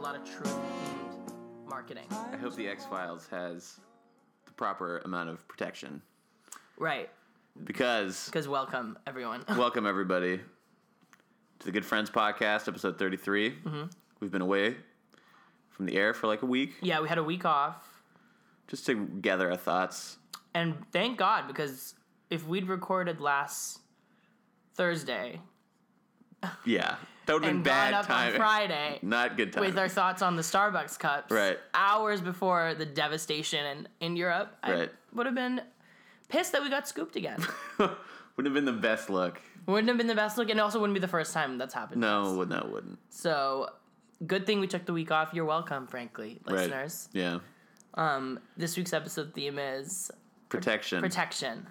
lot of truth themed marketing. I hope the X Files has the proper amount of protection Right. because Because welcome, everyone. welcome everybody to the Good Friends Podcast, episode 33 Mm-hmm. We've been away from the air for like a week yeah, we had a week off. just to gather our thoughts. And thank God, because if we'd recorded last Thursday Yeah, that would have been and gone bad up on timing. Friday Not good timing. with our thoughts on the Starbucks cups Right. hours before the devastation in, in Europe, Right. I would have been pissed that we got scooped again. would have been the best look. wouldn't have been the best look, and also wouldn't be the first time that's happened. to us. No, would- no, wouldn't. So, good thing we took the week off. You're welcome, frankly, Right. listeners. Yeah. This week's episode theme is Protection. protection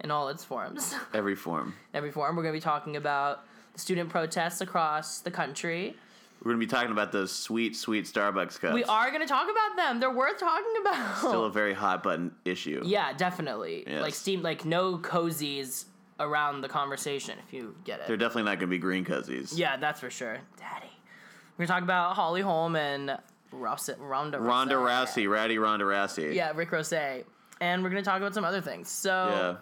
in all its forms. Every form. Every form. We're going to be talking about the student protests across the country. We're going to be talking about those sweet, sweet Starbucks cups. We are going to talk about them. They're worth talking about. Still a very hot button issue. yeah, definitely. Yes. Like steam like no cozies around the conversation if you get it. They're definitely not going to be green cozies. yeah, that's for sure. Daddy. We're going to talk about Holly Holm and Rouse- Ronda Ronda Rousey. Rousey, Ratty Ronda Rousey. Yeah, Rick Rose. And we're going to talk about some other things. So Yeah.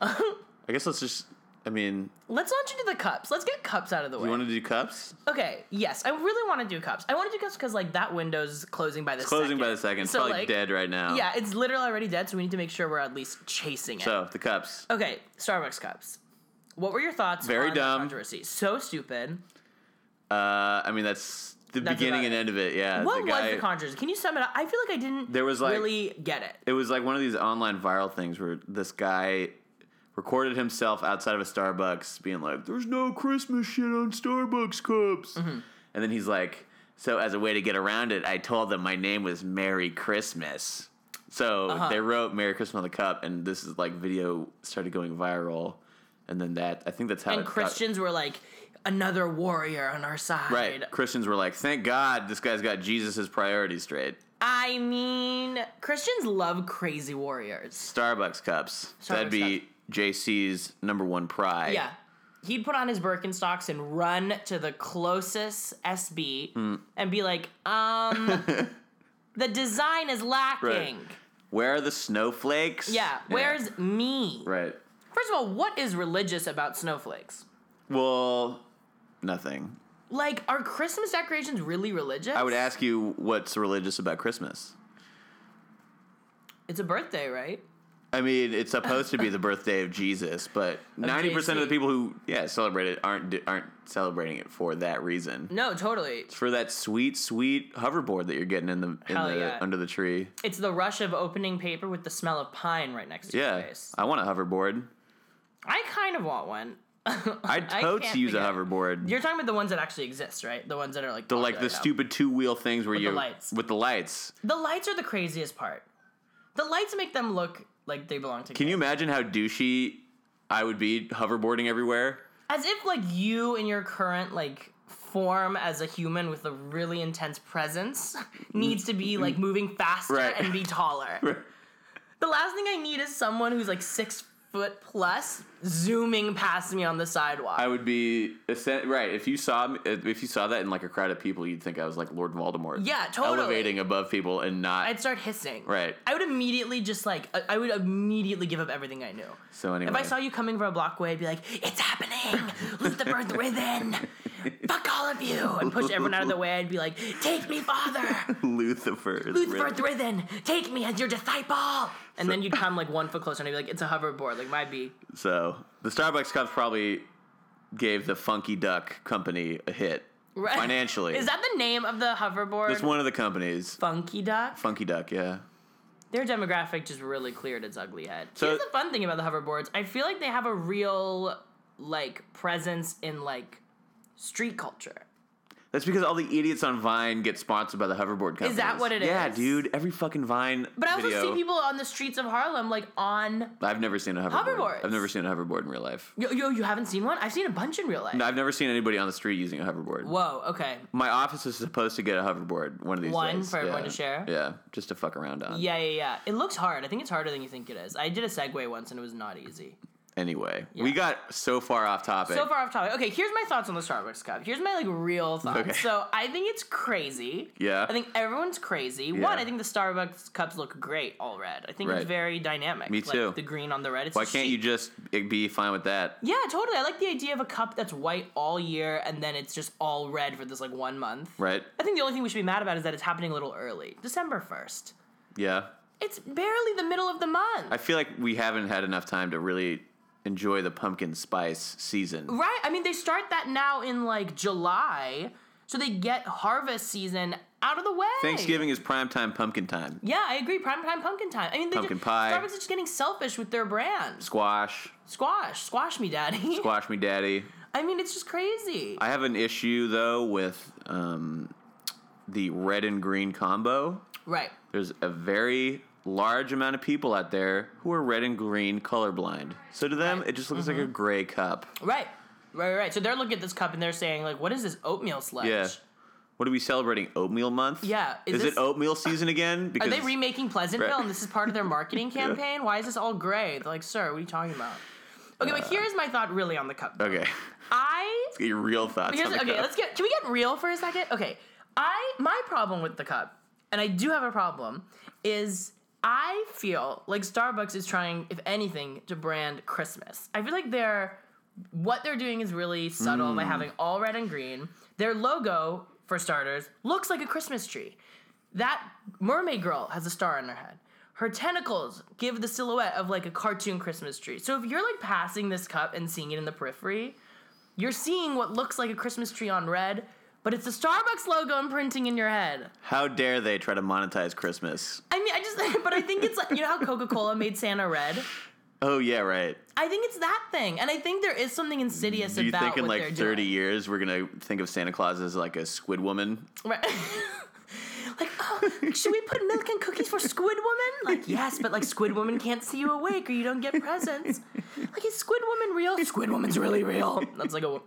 I guess let's just. I mean, Let's launch into the cups. Let's get cups out of the way. you want to do cups? okay, yes, I really want to do cups. I want to do cups because like that window's closing by the Closing second. by the second. It's So, probably like, dead right now. Yeah, it's literally already dead, so we need to make sure we're at least chasing it. So the cups. okay, Starbucks cups. What were your thoughts? Very on the dumb. controversy. So stupid. Uh, I mean, that's the That's beginning about and it. end of it. Yeah. What the guy, was the controversy? Can you sum it up? I feel like I didn't. There was, like- really get it. It was like one of these online viral things where this guy recorded himself outside of a Starbucks being like, "There's no Christmas shit on Starbucks cups," Mm-hmm. and then he's like, "So as a way to get around it, I told them my name was Merry Christmas." So Uh-huh. they wrote "Merry Christmas" on the cup, and this is like video started going viral, and then that I think that's how it And got- Christians were like another warrior on our side. right? Christians were like, "Thank God this guy's got Jesus' priorities straight." I mean, Christians love crazy warriors. Starbucks cups. That'd be JC's number one pride. Yeah. He'd put on his Birkenstocks and run to the closest SB Hmm. and be like, um, the design is lacking. Where are the snowflakes? Yeah, where's me? right? First of all, what is religious about snowflakes? Well, nothing. Like, are Christmas decorations really religious? I would ask you what's religious about Christmas. It's a birthday, right? I mean, it's supposed to be the birthday of Jesus, but ninety percent of JC. the people who yeah celebrate it aren't do- aren't celebrating it for that reason. No, totally. For that sweet, sweet hoverboard that you're getting in the in Hell the yeah. under the tree. It's the rush of opening paper with the smell of pine right next to your Yeah, face. I want a hoverboard. I kind of want one. I totes can't use a figure- hoverboard. You're talking about the ones that actually exist, right? The ones that are like the like the stupid two wheel things where the you lights. with the lights. The lights are the craziest part. The lights make them look like they belong to Can you imagine how douchey I would be hoverboarding everywhere? As if like you in your current like form as a human with a really intense presence needs to be like moving faster Right. and be taller. The last thing I need is someone who's like six foot plus zooming past me on the sidewalk. I would be assen- right if you saw me- if you saw that in like a crowd of people, you'd think I was like Lord Voldemort. Yeah, totally. Elevating above people and not I'd start hissing. Right. I would immediately just like I I would immediately give up everything I knew. so anyway. If I saw you coming from a block away, I'd be like, "It's happening! Luther birth within! Fuck all of you!" And push everyone out of the way. I'd be like, "Take me, Father! Lucifer, is Luther rich. birth within! Take me as your disciple!" And then you'd come like one foot closer, and I'd be like, "It's a hoverboard, like my B." so the Starbucks cups probably gave the Funky Duck company a hit Right. financially. Is that the name of the hoverboard? It's one of the companies. Funky Duck. Funky Duck, yeah. Their demographic just really cleared its ugly head. So- Here's the fun thing about the hoverboards. I feel like they have a real like presence in like street culture. That's because all the idiots on Vine get sponsored by the hoverboard companies. that what it it is? yeah, is? dude. Every fucking Vine. But I also video, see people on the streets of Harlem like on I've never seen a hoverboard. Hoverboards. I've never seen a hoverboard in real life. Yo, yo, you haven't seen one? I've seen a bunch in real life. I've never seen anybody on the street using a hoverboard. Whoa, okay. My office is supposed to get a hoverboard one of these One days. for everyone Yeah. to share? Yeah, just to fuck around on. Yeah, yeah, yeah. It looks hard. I think it's harder than you think it is. I did a Segway once and it was not easy. Anyway, we got so far off topic. So far off topic. Okay, here's my thoughts on the Starbucks cup. Here's my like real thoughts. Okay. So I think it's crazy. Yeah. I think everyone's crazy. One, Yeah. I think the Starbucks cups look great all red. I think Right. it's very dynamic. Me too. Like the green on the red. It's Why just can't you chic. just be fine with that? Yeah, totally. I like the idea of a cup that's white all year and then it's just all red for this like one month. Right? I think the only thing we should be mad about is that it's happening a little early. December 1st. Yeah. It's barely the middle of the month. I feel like we haven't had enough time to really enjoy the pumpkin spice season. Right. I mean, they start that now in like July, so they get harvest season out of the way. Thanksgiving is primetime pumpkin time. Yeah, I agree. Prime time pumpkin time. I mean, they Pumpkin just, pie. Starbucks is just getting selfish with their brand. Squash, Squash, squash me, daddy. squash me daddy. I mean, it's just crazy. I have an issue though with um, the red and green combo. right. There's a very large amount of people out there who are red and green colorblind. So to them, it just looks like a Mm-hmm. gray cup. Right. Right. Right. So they're looking at this cup and they're saying like, "What is this oatmeal sludge?" Yeah. What are we celebrating? Oatmeal month? Yeah, Is, is it this- oatmeal season again? Are Because they remaking Pleasantville Right. and this is part of their marketing campaign? Why is this all gray? They're like, "Sir, what are you talking about?" Uh, Okay, but here's my thought really on the cup. though. okay. I Get your real thoughts. Here's, on the okay, cup. let's get. Can we get real for a second? Okay, I my problem with the cup, and I do have a problem, is I feel like Starbucks is trying, if anything, to brand Christmas. I feel like they're what they're doing is really subtle by having all red and green. Their logo, for starters, looks like a Christmas tree. That mermaid girl has a star on her head. Her tentacles give the silhouette of like a cartoon Christmas tree. So if you're like passing this cup and seeing it in the periphery, you're seeing what looks like a Christmas tree on red, but it's a Starbucks logo imprinting in your head. How dare they try to monetize Christmas? I mean, I just, but I think it's like, you know how Coca Cola made Santa red? Oh yeah, right. I think it's that thing. And I think there is something insidious Do you about think in what like they're 30 doing. years we're gonna think of Santa Claus as like a squid woman? Right. like, oh, should we put milk and cookies for Squid Woman? Like, yes, but like Squid Woman can't see you awake or you don't get presents. Like, is Squid Woman real? Squid Woman's really real. That's like a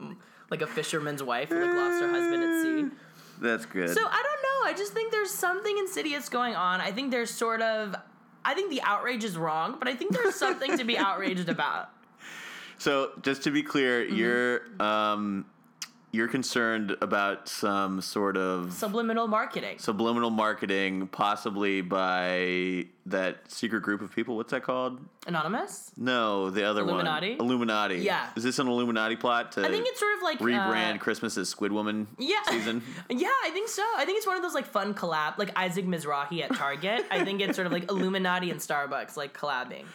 like a fisherman's wife who like lost her husband at sea. That's good. So I don't know. I just think there's something insidious going on. I think there's sort of I think the outrage is wrong, but I think there's something to be outraged about. So just to be clear, Mm-hmm. you're um, you're concerned about some sort of Subliminal marketing. subliminal marketing, possibly by that secret group of people. What's that called? Anonymous? No, the other Illuminati? one. Illuminati. Yeah. Is this an Illuminati plot to I think it's sort of like rebrand uh, Christmas as Squid Woman yeah. season? Yeah, I think so. I think it's one of those like fun collab, like Isaac Mizrahi at Target. I think it's sort of like Illuminati and Starbucks like collabing.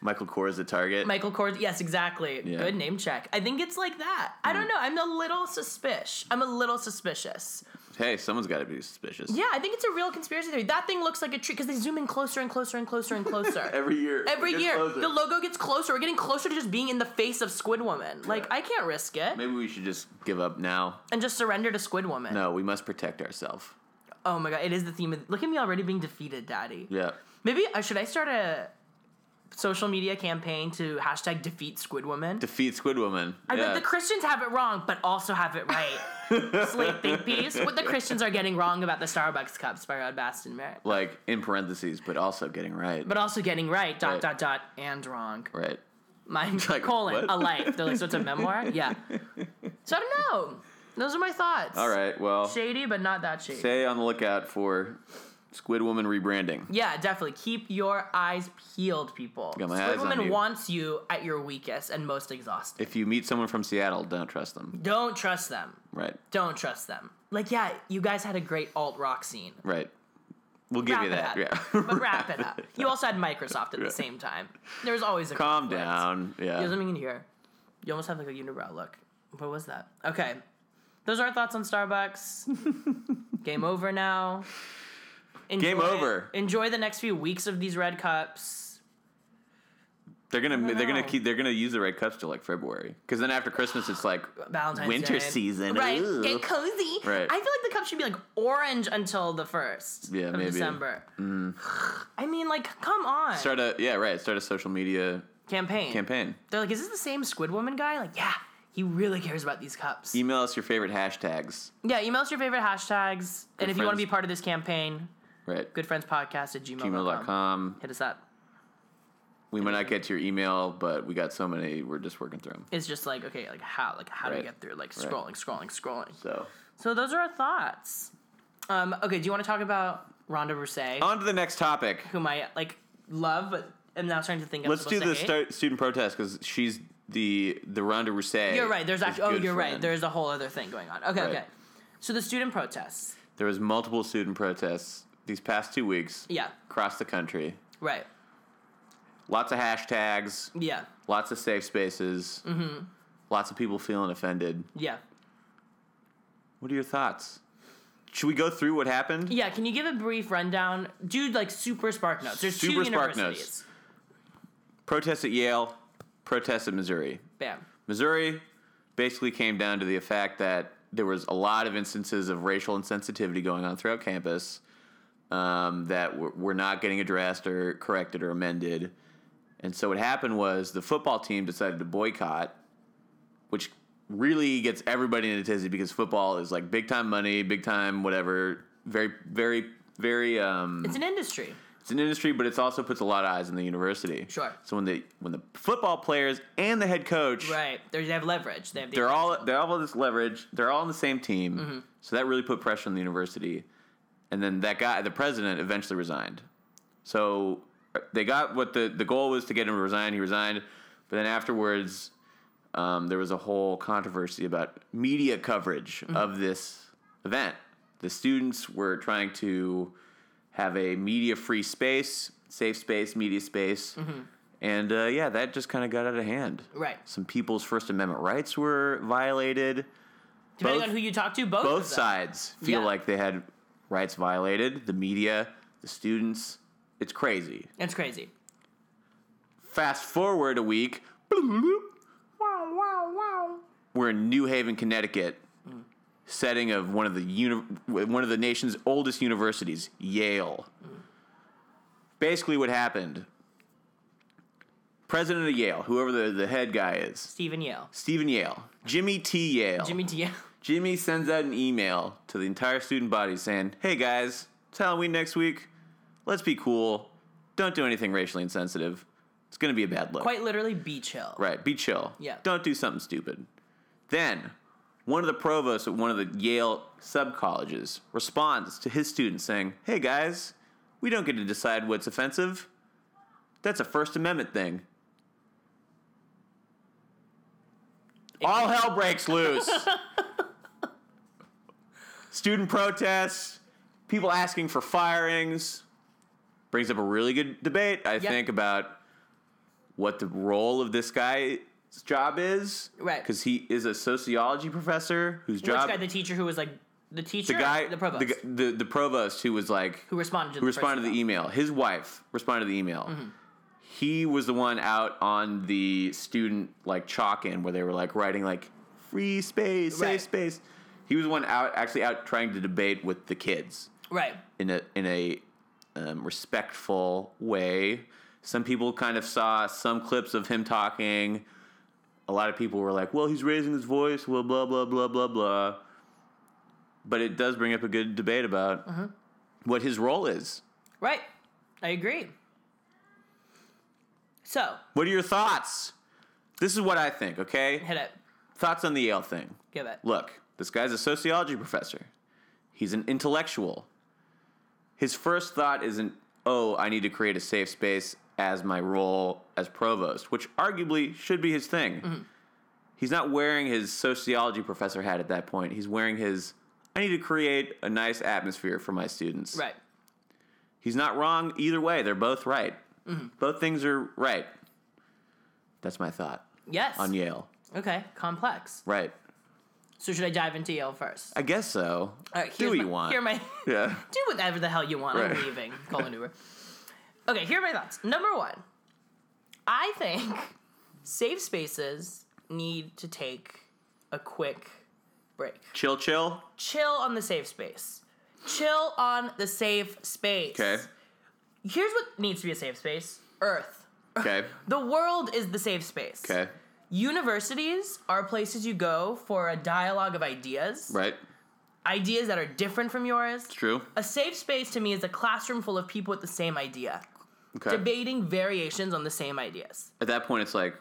Michael Kors at Target. Michael Kors, yes, exactly. Yeah. Mm. Good name check. I think it's like that. I don't know. I'm a little suspicious. I'm a little suspicious. hey, someone's got to be suspicious. Yeah, I think it's a real conspiracy theory. That thing looks like a tree because they zoom in closer and closer and closer and closer. Every year. Every it gets year, closer. the logo gets closer. We're getting closer to just being in the face of Squid Woman. Like, I can't risk it Maybe we should just give up now. and just surrender to Squid Woman. No, we must protect ourselves. Oh my god, it is the theme. Of, look at me already being defeated, Daddy. Yeah. Maybe uh, should I start a social media campaign to hashtag defeat Squid Woman? Defeat Squid Woman. I yeah. bet the Christians have it wrong, but also have it right. Slate think piece. What the Christians are getting wrong about the Starbucks cups by Rod Baston Merritt. like in parentheses, but also getting right. but also getting right dot Right. dot dot and wrong right. my like, colon what? a life they're like so it's a memoir yeah so i don't know those are my thoughts All right. Well, shady but not that shady stay on the lookout for Squid Woman rebranding. yeah definitely keep your eyes peeled people Got my Squid eyes on woman you. wants you at your weakest and most exhausted If you meet someone from Seattle, don't trust them. don't trust them Right. don't trust them like yeah you guys had a great alt rock scene Right. We'll give you Wrap that. it Yeah. up. but wrap it up you also had microsoft at the same time there was always a Calm conflict. down. There's Yeah. something in here. You almost have like a unibrow look. What was that? Okay. Those are our thoughts on Starbucks. Game over now. Enjoy, Game over. Enjoy the next few weeks of these red cups. They're gonna they're gonna know. keep they're gonna use the red cups till like February. Because then after Christmas it's like Valentine's winter Day. season. Right. Ooh. Get cozy. Right. I feel like the cup should be like orange until the first Yeah, of maybe. Mm. December. I mean, like, come on. Start a yeah, right. Start a social media campaign. campaign. They're like, is this the same Squid Woman guy? Like, yeah, he really cares about these cups. Email us your favorite hashtags. Yeah, email us your favorite hashtags. and if you want friends. to be part of this campaign, Right. goodfriendspodcast at gmail.com. Email.com. Hit us up. We might not get to your email, but we got so many. We're just working through them. It's just like okay, like how, like how do we Right. get through? Like scrolling, scrolling, scrolling. So So those are our thoughts. Um, okay, do you want to talk about Ronda Rousey, on to the next topic. whom I like love, but am now starting to think I'm Let's do supposed to the hate? stu- student protest because she's the the Ronda Rousey. You're right. There's is actually. Oh, good you're right. friend. There's a whole other thing going on. Okay, Right. okay. So the student protests. there was multiple student protests these past two weeks Yeah. across the country. Right. Lots of hashtags, Yeah. lots of safe spaces, mm-hmm. lots of people feeling offended. Yeah. What are your thoughts? Should we go through what happened? Yeah. Can you give a brief rundown? Do like super spark notes. There's Super two spark notes. universities. Protests at Yale, protests at Missouri. Bam. Missouri basically came down to the fact that there was a lot of instances of racial insensitivity going on throughout campus um, that were, were not getting addressed or corrected or amended. And so what happened was the football team decided to boycott, which really gets everybody in a tizzy because football is like big time money, big time whatever, very, very, very. Um, It's an industry. it's an industry, but it's also puts a lot of eyes on the university. Sure. So when the when the football players and the head coach Right. They have leverage. They have the they're all they have all this leverage. They're all on the same team, so that really put pressure on the university. And then that guy, the president, eventually resigned. So uh, they got what the the goal was to get him to resign. He resigned, but then afterwards, um, there was a whole controversy about media coverage of this event. The students were trying to have a media free space, safe space, media space. And uh, yeah, that just kind of got out of hand Right. some people's First Amendment rights were violated. Depending both- on who you talk to, both of Both them. sides feel Yeah. like they had rights violated. The media, the students. It's crazy. It's crazy. Fast forward a week. Wow! Wow! Wow! We're in New Haven, Connecticut, setting of one of the uni- one of the nation's oldest universities, Yale. Basically, what happened? President of Yale, whoever the, the head guy is, Stephen Yale. Stephen Yale, Jimmy T. Yale. Jimmy T. Jimmy sends out an email to the entire student body saying, Hey guys, it's Halloween next week. Let's be cool. Don't do anything racially insensitive. It's going to be a bad look. Quite literally, Beach Hill. right, be chill. Yeah. Don't do something stupid. Then, one of the provosts at one of the Yale sub colleges responds to his students saying, Hey guys, we don't get to decide what's offensive. That's a First Amendment thing. All hell breaks loose. Student protests, people asking for firings. Brings up a really good debate, I think, about what the role of this guy's job is. Right. Because he is a sociology professor whose Which job. guy? The teacher who was like the teacher. the guy, The provost. The, the provost who was like, who responded to the who responded to the email. His wife responded to the email. Mm-hmm. He was the one out on the student like chalk in where they were like writing like free space, safe Right. space. He was the one out actually out trying to debate with the kids Right. in a in a um, respectful way. Some people kind of saw some clips of him talking. A lot of people were like, "Well, he's raising his voice." Well, blah blah blah blah blah. But it does bring up a good debate about what his role is. Right. I agree. So What are your thoughts? This is what I think. Okay, hit it. thoughts on the Yale thing. Give it. Look, this guy's a sociology professor. He's an intellectual. His first thought isn't, oh, I need to create a safe space as my role as provost, which arguably should be his thing. He's not wearing his sociology professor hat at that point. He's wearing his, I need to create a nice atmosphere for my students. Right. He's not wrong either way. They're both right. Both things are right. That's my thought Yes. on Yale. Okay. Complex. Right. So should I dive into Yale first? I guess so. All right, Do here's what my- you want. Here are my yeah. do whatever the hell you want. Right. I'm leaving. Call an Uber. Okay, here are my thoughts. Number one, I think safe spaces need to take a quick break. Chill, chill. Chill on the safe space. Chill on the safe space. Okay. Here's what needs to be a safe space. Earth. Okay. The world is the safe space. Okay. Universities are places you go for a dialogue of ideas. Right. Ideas that are different from yours. True. A safe space to me is a classroom full of people with the same idea. Okay. debating variations on the same ideas. At that point, it's like,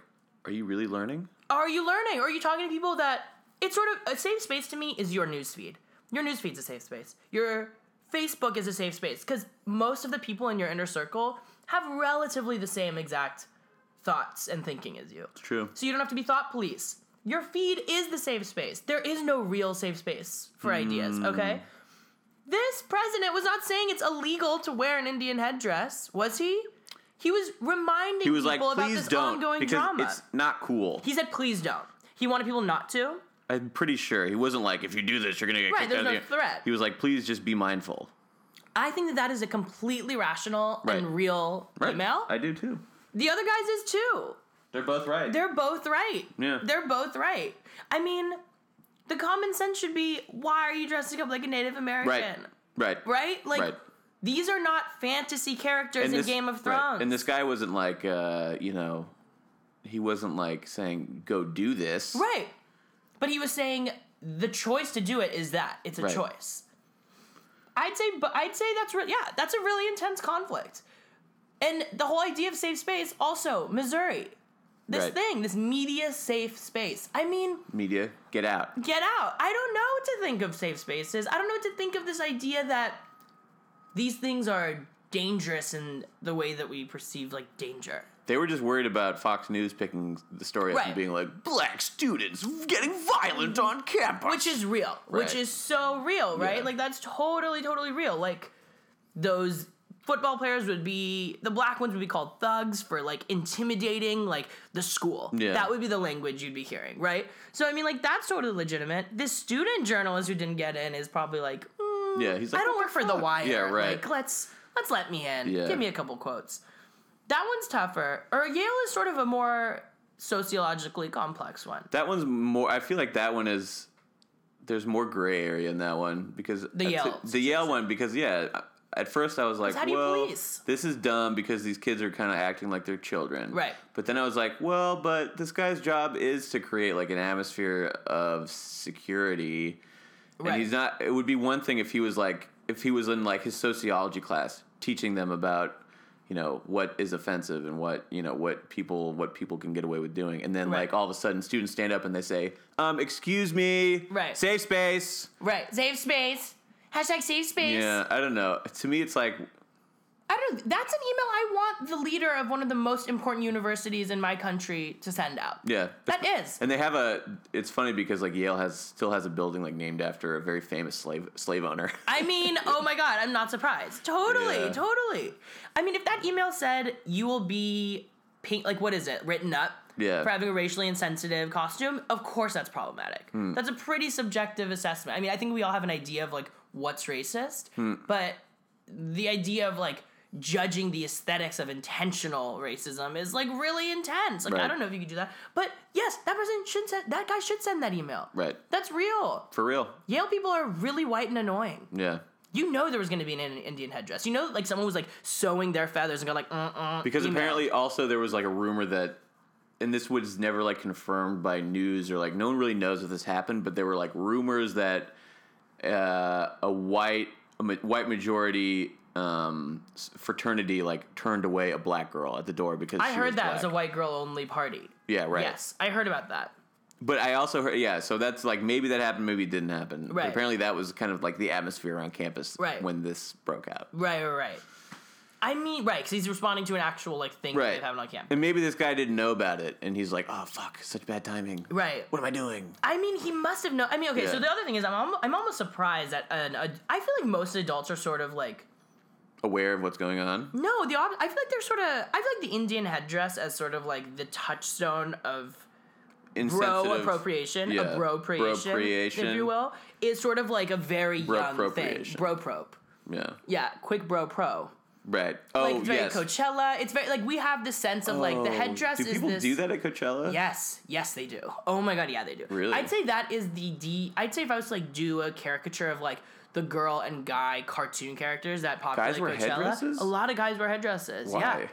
are you really learning? Are you learning? Are you talking to people that it's sort of a safe space to me is your newsfeed. Your newsfeed's a safe space. Your Facebook is a safe space because most of the people in your inner circle have relatively the same exact thoughts and thinking as you. It's true. So you don't have to be thought police. Your feed is the safe space. There is no real safe space for ideas, Mm. okay? This president was not saying it's illegal to wear an Indian headdress, was he? He was reminding He was like, people about please this don't, ongoing because drama. it's not cool. he said, please don't. He wanted people not to. I'm pretty sure he wasn't like, if you do this, you're gonna get Right, kicked there's out of no the threat. He was like, please just be mindful. I think that that is a completely rational Right. and real email. I do too. the other guys is too. They're both right. They're both right. Yeah. They're both right. I mean, the common sense should be why are you dressing up like a Native American? right. Right. right? Like Right. these are not fantasy characters in Game of right. Thrones. And this guy wasn't like, uh, you know, he wasn't like saying, go do this. right. But he was saying the choice to do it is that it's a Right. choice. I'd say, but I'd say that's re- yeah, that's a really intense conflict, and the whole idea of safe space. Also, Missouri, this Right. thing, this media safe space. I mean, Media, get out. get out. I don't know what to think of safe spaces. I don't know what to think of this idea that these things are dangerous in the way that we perceive like danger. They were just worried about Fox News picking the story up Right. and being like, black students getting violent on campus. which is real which Right. is so real right Yeah. like that's totally totally real like those football players would be the black ones would be called thugs for like intimidating like the school Yeah. that would be the language you'd be hearing right so i mean like that's totally legitimate this student journalist who didn't get in is probably like mm, Yeah, he's like, i don't "What work for the wire Yeah, right. like let's let's let me in Yeah. give me a couple quotes that one's tougher or yale is sort of a more sociologically complex one That one's more. I feel like that one is. There's more gray area in that one because The Yale the Yale one because yeah. At first, I was like, how do you "Well, police?" this is dumb because these kids are kind of acting like they're children." Right. But then I was like, "Well, but this guy's job is to create like an atmosphere of security, Right. and he's not. It would be one thing if he was like, if he was in like his sociology class teaching them about." You know what is offensive and what you know what people what people can get away with doing, and then Right. like all of a sudden students stand up and they say, um, excuse me, Right. safe space. Right. Save space. Hashtag save space. Yeah, I don't know. To me, it's like, I don't that's an email I want the leader of one of the most important universities in my country to send out. yeah. That is. And they have a. It's funny because like Yale has still has a building like named after a very famous slave slave owner. I mean, oh my god, I'm not surprised. Totally, Yeah. totally. I mean, if that email said you will be paint like what is it? Written up Yeah. for having a racially insensitive costume, of course that's problematic. Hmm. That's a pretty subjective assessment. I mean, I think we all have an idea of like what's racist, Hmm. but the idea of like judging the aesthetics of intentional racism is like really intense. Like I Right. don't know if you could do that. But yes, that person should send that guy should send that email. right. That's real. For real. Yale people are really white and annoying Yeah. you know there was going to be an Indian- Indian headdress. You know, like someone was like sewing their feathers and going like, uh-uh. Because email. apparently, also there was like a rumor that. And this was never like confirmed by news or like no one really knows if this happened, but there were like rumors that uh, a white a ma- white majority um, s- fraternity like turned away a black girl at the door because I she heard was that was a black. white girl only party. yeah right Yes, I heard about that. But I also heard, yeah, so that's like maybe that happened, maybe it didn't happen. But Right. apparently, that was kind of like the atmosphere around campus Right. when this broke out. Right, right, right. I mean, right, because he's responding to an actual like thing that Right. they've happened on campus. And maybe this guy didn't know about it, and he's like, oh, fuck, such bad timing. Right. What am I doing? I mean, he must have known. I mean, okay. So Yeah. the other thing is, I'm almo- I'm almost surprised that an ad- I feel like most adults are sort of like Aware of what's going on? no. The op- I feel like they're sort of I feel like the Indian headdress as sort of like the touchstone of bro Insensitive. appropriation, yeah, a bro creation, if bropriation. you will, is sort of like a very young thing. Bropropriation. Bro probe. Yeah. Yeah, quick bro pro. Right. Oh, Like it's very yes. Coachella. It's very like we have the sense of like the Oh, headdress Do is people this. do that at Coachella? Yes, yes they do. Oh my god, yeah they do. Really? I'd say that is the D I'd say if I was to like do a caricature of like the girl and guy cartoon characters that populate Guys wear Coachella, headdresses? a lot of guys wear headdresses. Why? Yeah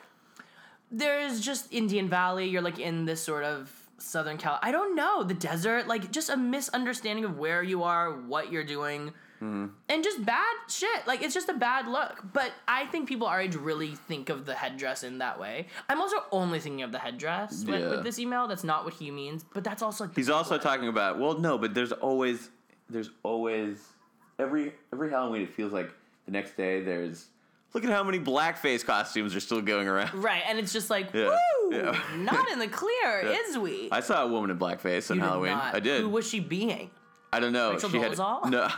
there's just Indian Valley. You're like in this sort of Southern Cal. I don't know the desert. Like just a misunderstanding of where you are, what you're doing. Mm-hmm. and just bad shit. Like it's just a bad look. But I think people our age really think of the headdress in that way. I'm also only thinking of the headdress with, Yeah. with this email. That's not what he means, but that's also like the He's also people. talking about well, no, but there's always there's always every every Halloween it feels like the next day there's look at how many blackface costumes are still going around. right, and it's just like Yeah. woo, Yeah. not in the clear, Yeah. is we? I saw a woman in blackface on You did Halloween. not. I did. Who was she being? I don't know. Rachel she Dolezal? had no.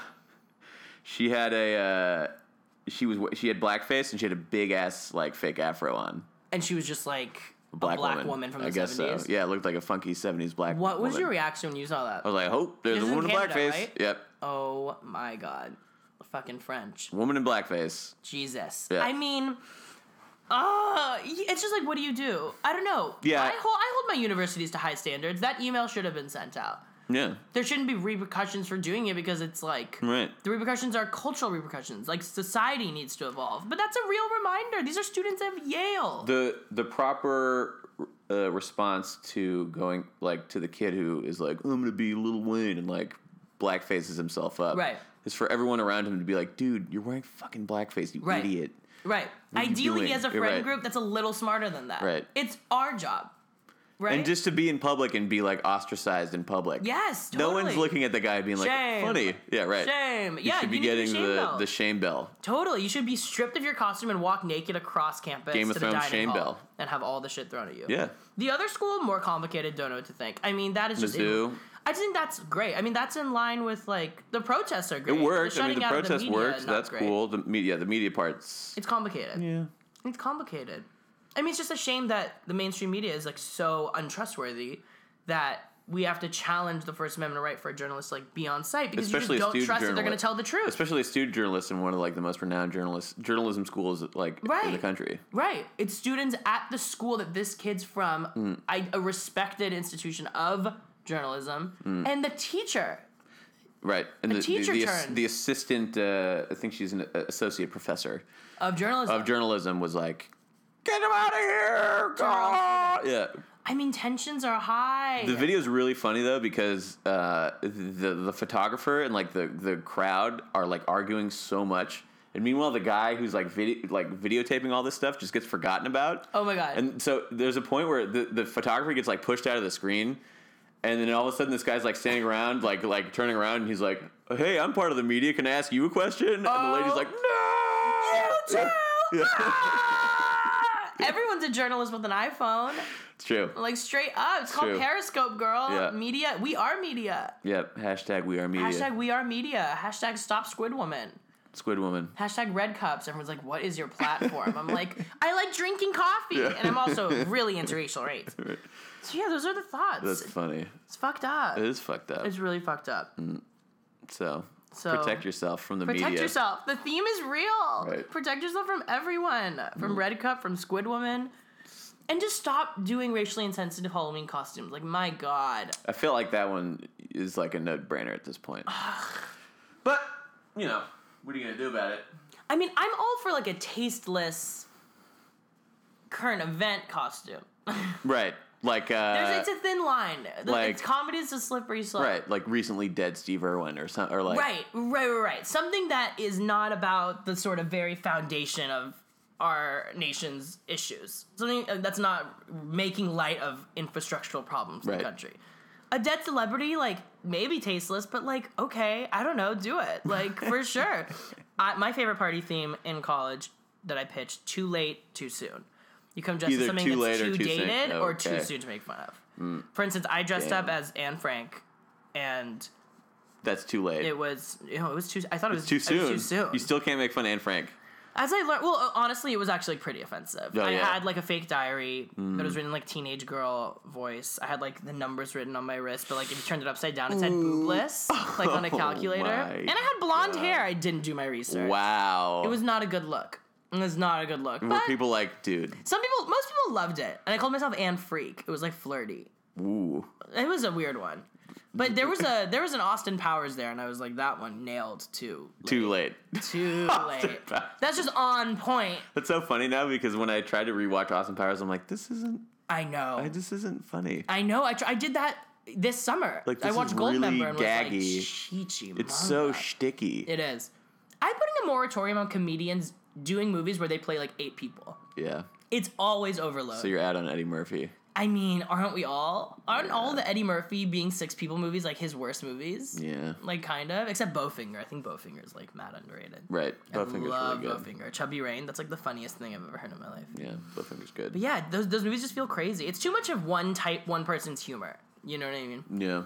She had a uh, she was she had blackface and she had a big ass like fake afro on. And she was just like a Black, black, woman. from the I guess 70s. so. Yeah, it looked like a funky '70s black. What was woman. your reaction when you saw that? I was like, oh, there's This a is in woman in Canada, blackface. right? Yep, Oh my god. Fucking French. woman in blackface. Jesus. Yeah. I mean, uh, it's just like, what do you do? I don't know. Yeah. I hold, I hold my universities to high standards. That email should have been sent out. Yeah, There shouldn't be repercussions for doing it because it's like right. the repercussions are cultural repercussions. Like society needs to evolve. But that's a real reminder. These are students of Yale. the the proper uh, response to going like to the kid who is like I'm gonna be Lil Wayne and like blackfaces himself up Right. is for everyone around him to be like, dude, you're wearing fucking blackface, you Right. idiot. right. are you Ideally, doing? he has a You're friend right. group that's a little smarter than that. Right. It's our job. Right. And just to be in public and be like ostracized in public. yes. No Totally. one's looking at the guy being like Shame. funny. Yeah, right. Shame. You yeah, should be need to getting shame the bell. the shame bell. Totally, you should be stripped of your costume and walk naked across campus Game to of the Thrones dining shame hall bell. and have all the shit thrown at you. Yeah. The other school, more complicated. Don't know what to think. I mean, that is just. Mizzou. I just think that's great. I mean, that's in line with like the protests are It great. worked. I mean, shutting the out of protest media, worked. not That's great. cool. The media, the media parts. It's complicated. Yeah. It's complicated. I mean, it's just a shame that the mainstream media is like so untrustworthy that we have to challenge the First Amendment right for a journalist to, like be on site because Especially you a just don't student trust that they're going to journalist. tell the truth. especially a student journalist in one of like the most renowned journalist journalism schools like in the Right. country. Right. It's students at the school that this kid's from, I, a respected institution of journalism, Mm. and the teacher. Right, and the, teacher the, ass- turned. the assistant, uh, I think she's an uh, associate professor Of journalism. of journalism, was like, "Get him out of here!" God!" Yeah, I mean, tensions are high. the video's really funny though because uh, the the photographer and like the the crowd are like arguing so much, and meanwhile the guy who's like video like videotaping all this stuff just gets forgotten about. Oh my god. And so there's a point where the, the photographer gets like pushed out of the screen, and then all of a sudden this guy's like standing around, like like turning around, and he's like, "Hey, I'm part of the media. Can I ask you a question?" And the lady's like, "No." You too! Yeah. Ah! Everyone's a journalist with an iPhone. It's true. Like straight up. It's called True. Periscope, girl. Yeah. Media. We are media. Yep. Hashtag we are media. Hashtag we are media. Hashtag stop squid woman. Squid Woman. hashtag red cups everyone's like what is your platform i'm like i like drinking coffee and i'm also really into racial rates so yeah those are the thoughts That's funny. it's fucked up It is fucked up. it's really fucked up So, So- protect yourself from the protect media. yourself the theme is real Right. Mm. protect yourself from everyone from red cup from squid woman and just stop doing racially insensitive halloween costumes like my god I feel like that one is like a no brainer at this point. but you know, what are you gonna do about it? i mean i'm all for like a tasteless current event costume Right. Like uh, There's, it's a thin line. Like, like- it's comedy is a slippery slope. Right, like recently dead Steve Irwin or something, or like Right, right, right, right. Something that is not about the sort of very foundation of our nation's issues. Something uh, that's not making light of infrastructural problems in Right. the country. A dead celebrity, like, maybe tasteless, but like, okay, I don't know, do it. Like, for sure. I, my favorite party theme in college that I pitched too late, too soon. You come dressed Either as something too that's late or too too soon. dated or Okay. Hmm. too soon to make fun of. For instance, I dressed up as Anne Frank and that's too late. it was you know, it was too I thought it was too soon. It was too soon. You still can't make fun of Anne Frank. As I learned, well, uh, honestly, it was actually pretty offensive. Oh, I yeah. Mm. had like a fake diary that was written in, like teenage girl voice. I had like the numbers written on my wrist, but like if you turned it upside down, it said boobless, like on a Oh, calculator. my and I had blonde hair. I didn't do my research. Wow. It was not a good look. It was not a good look. Were But people like, dude, some people, most people loved it, and I called myself Anne Freak. It was like flirty. ooh, It was a weird one. But there was a there was an Austin Powers there, and I was like, that one nailed too. too late. Too late. That's just on point. That's so funny now because when I tried to rewatch Austin Powers, I'm like, this isn't, I know. this isn't funny. I know. I, tr- I did that this summer. Like, I this watched is Goldmember really and was like, gaggy. "Chichi, It's so manga." shticky. it is. I put in a moratorium on comedians doing movies where they play like eight people. yeah. It's always overload. So you're out on Eddie Murphy. I mean, aren't we all? Aren't all Yeah. the Eddie Murphy being six people movies like his worst movies? Yeah. Like kind of, except Bowfinger. I think Bowfinger is like mad underrated. Right. I Bowfinger's love really good. Bowfinger. Chubby Rain. That's like the funniest thing I've ever heard in my life. Yeah, Bowfinger's good. But yeah, those those movies just feel crazy. It's too much of one type, one person's humor. You know what I mean? yeah.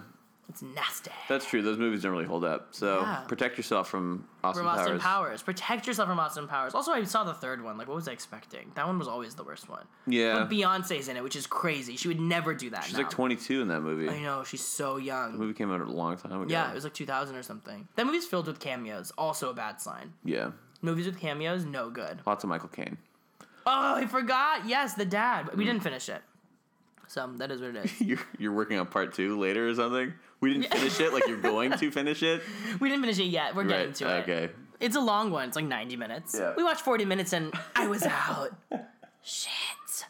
It's nasty. That's true. Those movies don't really hold up. So Yeah. protect yourself from Austin, from Austin Powers. Powers. Protect yourself from Austin Powers. Also, I saw the third one. Like, what was I expecting? That one was always the worst one. Yeah. But Beyonce's in it, which is crazy. She would never do that. She's now. like 22 in that movie. I know she's so The young. movie came out a long time ago. Yeah, it was like 2000 or something. That movie's filled with cameos. Also a bad sign. yeah. Movies with cameos, no good. Lots of Michael Caine. Oh, I forgot. Yes, the dad. Hmm. We didn't finish it. So that is what it is. You're, you're working on part two later or something? We didn't finish it like you're going to finish it? We didn't finish it yet. We're getting right. to it. okay. It's a long one. It's like 90 minutes. Yeah. We watched 40 minutes and I was out. Shit.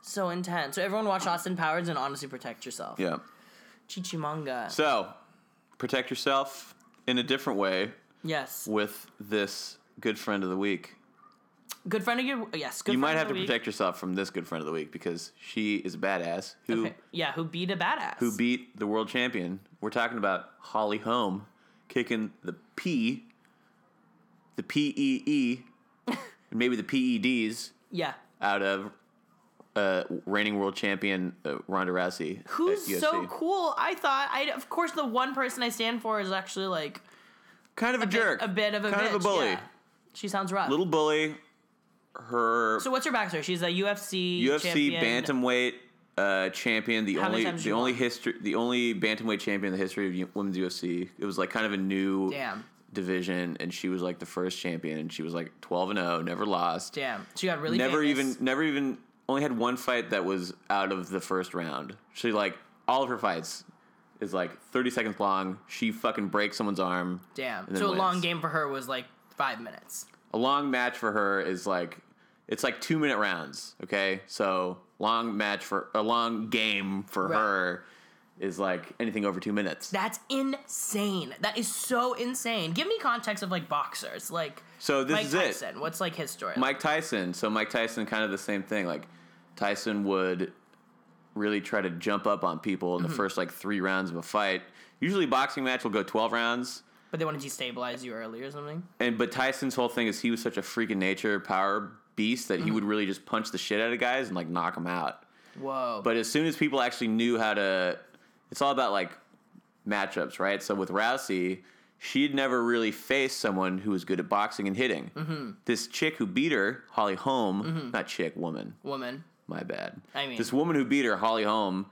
So intense. So everyone watch Austin Powers and honestly protect yourself. Yeah. Chichimanga. So protect yourself in a different way yes. with this good friend of the week. Good friend of your yes, good you friend might of have the to week. protect yourself from this good friend of the week because she is a badass who Okay. Yeah, who beat a badass. who beat the world champion. We're talking about Holly Holm kicking the P, the P E E, and maybe the P E Ds Yeah. out of uh, reigning world champion uh, Ronda Rousey. at Who's UFC. so cool? I thought I of course the one person I stand for is actually like kind of a, jerk, a bit of a kind of bitch, a bully, yeah. She sounds rough. little bully. Her so what's her backstory? She's a UFC UFC champion. bantamweight uh, champion, the How many only times the you only won? history, the only bantamweight champion in the history of u- women's UFC. It was like kind of a new Damn. division, and she was like the first champion, and she was like twelve and zero, never lost, Damn. She got really never famous. even, never even, only had one fight that was out of the first round. She like all of her fights is like thirty seconds long. She fucking breaks someone's arm. Damn. and then So a long wins. game for her was like five minutes. a long match for her is like it's like two minute rounds okay so long match for a long game for Right. her is like anything over two minutes That's insane. That is so insane. Give me context of like boxers, like so this Mike is it Tyson. What's like his story? mike tyson so mike tyson kind of the same thing like tyson would really try to jump up on people in the first like three rounds of a fight usually a boxing match will go 12 rounds but they want to destabilize you early or something. and but Tyson's whole thing is he was such a freak of nature power beast that he would really just punch the shit out of guys and like knock them out Whoa. But as soon as people actually knew how to, it's all about like matchups, right? So with Rousey, she'd never really faced someone who was good at boxing and hitting. Mm-hmm. This chick who beat her, Holly Holm, not chick, woman, woman. my bad. I mean- this woman who beat her, Holly Holm,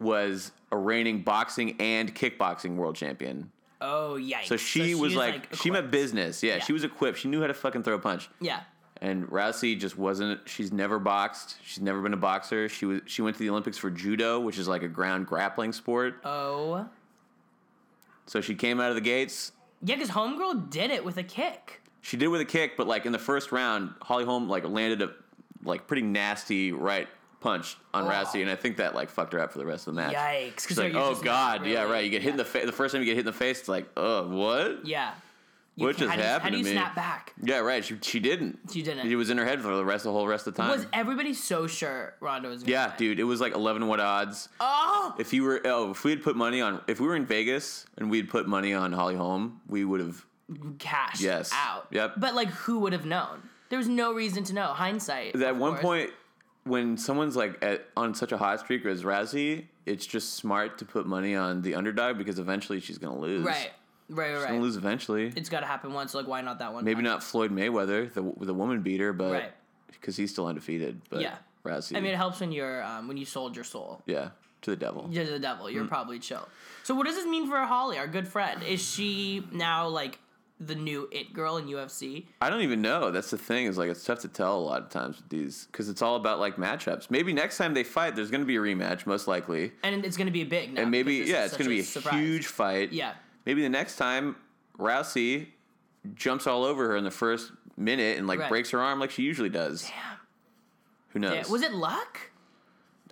was a reigning boxing and kickboxing world champion. Oh yikes. So she was like, she equipped. meant business. Yeah, Yeah. she was equipped. She knew how to fucking throw a punch Yeah. and Rousey just wasn't. She's never boxed. She's never been a boxer. She was. She went to the Olympics for judo, which is like a ground grappling sport. Oh. So she came out of the gates. Yeah, because Homegirl did it with a kick. She did with a kick, but like in the first round, Holly Holm like landed a like pretty nasty right punch on Rousey, and I think that like fucked her up for the rest of the match. Oh. Yikes. 'cause She's they're like, oh used to- god, yeah, really- right. You get hit in the face. The first time you get hit in the face, it's like, oh, what? Yeah. You What can't- just how do you- happened to How do me? you snap back? Yeah, right. She, she didn't. She didn't. It was in her head for the rest the whole rest of the time. Was everybody so sure Ronda was gonna yeah, win? dude. It was like eleven what odds. Oh If you were oh, if we had put money on if we were in Vegas and we had put money on Holly Holm, we would have cash Yes. out. Yep. But like who would have known? There was no reason to know. Hindsight. at of one course. point when someone's like at, on such a hot streak as Razzie, it's just smart to put money on the underdog because eventually she's gonna lose. Right. Right, She's right, gonna right. lose eventually. It's gotta happen once, so, like why not that one? Maybe time? not Floyd Mayweather, the the woman beater, but Right. because he's still undefeated. But Yeah. Razzie, I mean it helps when you're um, when you sold your soul. yeah, to the devil. to the devil. Mm. You're probably chill. So what does this mean for Holly, our good friend? Is she now like the new it girl in UFC? I don't even know. That's the thing is like it's tough to tell a lot of times with these because it's all about like matchups. Maybe next time they fight, there's gonna be a rematch, most likely. And it's gonna be big now. and maybe because this yeah, is it's such going to be a surprise. huge fight. Yeah. Maybe the next time Rousey jumps all over her in the first minute and like Right. breaks her arm like she usually does. Who knows? Yeah. Was it luck?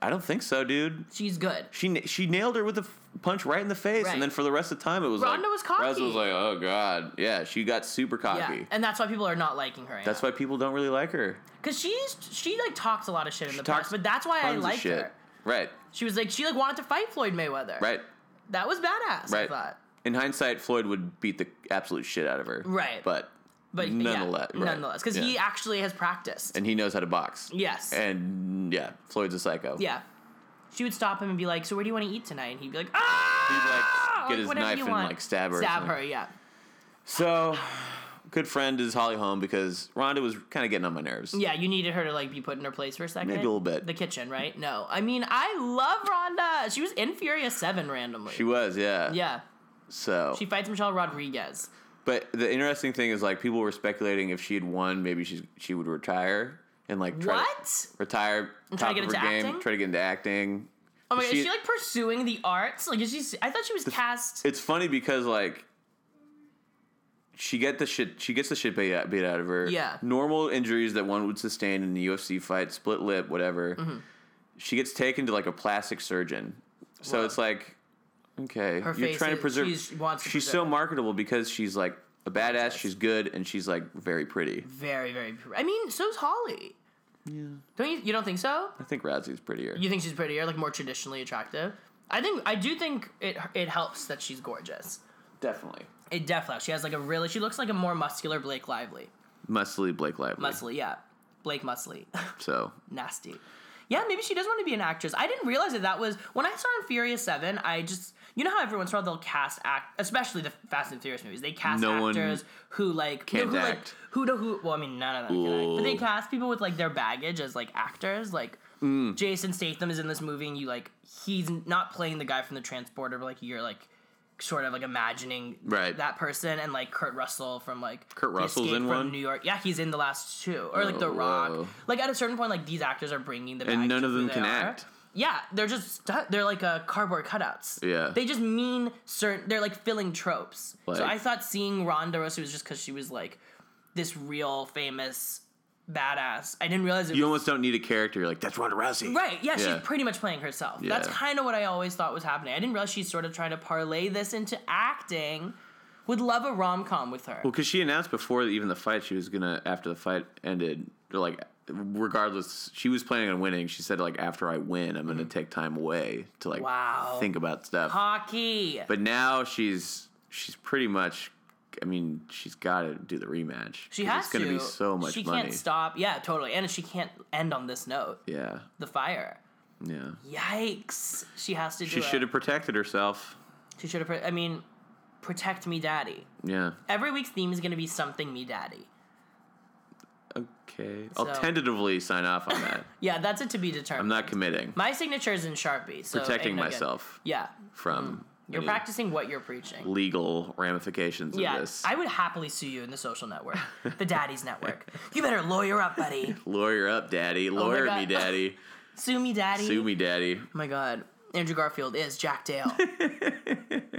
I don't think so, dude. She's good. She na- she nailed her with a f- punch right in the face, Right. and then for the rest of the time it was Rhonda like was cocky. Roz was like, oh god, yeah, she got super cocky. Yeah, and that's why people are not liking her. That's why people don't really like her. because she's she like talks a lot of shit in the talks past, but that's why I Tons of liked shit. her. Right, She was like she like wanted to fight Floyd Mayweather. right, That was badass. I right. thought. In hindsight, Floyd would beat the absolute shit out of her. Right. but But Nonetheless- nonetheless, right. nonetheless, because he Yeah. actually has practiced. and he knows how to box. yes. And yeah, Floyd's a psycho. yeah. She would stop him and be like, "So where do you want to eat tonight?" And he'd be like, "Ah!" He'd like Like, get his whatever knife you and want. like stab her. or Stab something. her. Yeah. So, good friend is Holly home because Rhonda was kind of getting on my nerves. Yeah. You needed her to like be put in her place for a second. Maybe a little bit. The kitchen, right? No. I mean, I love Rhonda. She was in Furious Seven randomly. She was, yeah. yeah. So, She fights Michelle Rodriguez. but the interesting thing is like people were speculating if she had won, maybe she she would retire and like try to What? retire, try top to get of her into game, acting? try to get into acting. Oh my god, is she like pursuing the arts? Like, is she? I thought she was cast. It's funny because like she get the shit she gets the shit beat out, beat out of her. Yeah. Normal injuries that one would sustain in a UFC fight, split lip, whatever. Mm-hmm. She gets taken to like a plastic surgeon. So Wow. it's like okay, Her you're face trying to is- preserve she's- wants to she's preserve so it. marketable because she's like a badass, she's good and she's like very pretty. Very, very. pr- I mean, so's Holly. Yeah. Don't you? You don't think so? I think Rousey's prettier. You think she's prettier, like more traditionally attractive? I think I do think it it helps that she's gorgeous. Definitely. It definitely. helps. She has like a really. She looks like a more muscular Blake Lively. Muscly Blake Lively. Muscly, yeah. Blake Muscly, So nasty. Yeah, maybe she does want to be an actress. I didn't realize that that was when I saw in Furious Seven. I just you know how every once in a while they'll cast act, especially the Fast and Furious movies. They cast No one actors who like can't who, like, act. who do who? Well, I mean, none of them can act, but they Ooh. cast people with like their baggage as like actors. Like Mm. Jason Statham is in this movie, and you like he's not playing the guy from the transporter, but like you're like sort of like imagining Right. that person, and like Kurt Russell from like Kurt The Russell's Escape in from one? New York. Yeah, he's in the last two, or like The Oh, Rock. whoa. Like at a certain point, like these actors are bringing the And baggage none of who them they can are. act. Yeah, they're just stu- they're like uh, cardboard cutouts. Yeah. they just mean certain. They're like filling tropes. Like- so I thought seeing Ronda Rousey was just because she was like this real famous badass. I didn't realize it you was almost don't need a character. You're like, that's Ronda Rousey. right. Yeah, Yeah. she's pretty much playing herself. That's Yeah. kind of what I always thought was happening. I didn't realize she's sort of trying to parlay this into acting. Would love a rom com with her. Well, because she announced before even the fight, she was gonna after the fight ended, like regardless, she was planning on winning. She said like after I win, I'm gonna take time away to like Mm-hmm. Wow. think about stuff. Hockey. But now she's she's pretty much. I mean, she's got to do the rematch. She 'cause has It's gonna to. be so much She money. can't stop. Yeah, totally. And she can't end on this note. Yeah, The fire. yeah. Yikes. She has to do She it. should have protected herself. She should have. Pre- I mean, protect me, daddy. Yeah. Every week's theme is going to be something, me daddy. Okay. I'll So- tentatively sign off on that. Yeah, that's it to be determined. I'm not committing. My signature is in Sharpie. So Protecting and again- myself Yeah. Mm. from You're any practicing what you're preaching. legal ramifications Yeah, of this. I would happily sue you in the social network, the daddy's network. You better lawyer up, buddy. Lawyer up, daddy. Lawyer me, Oh God. daddy. Sue me, daddy. Sue me, daddy. Oh my god. Andrew Garfield is Jack Dale.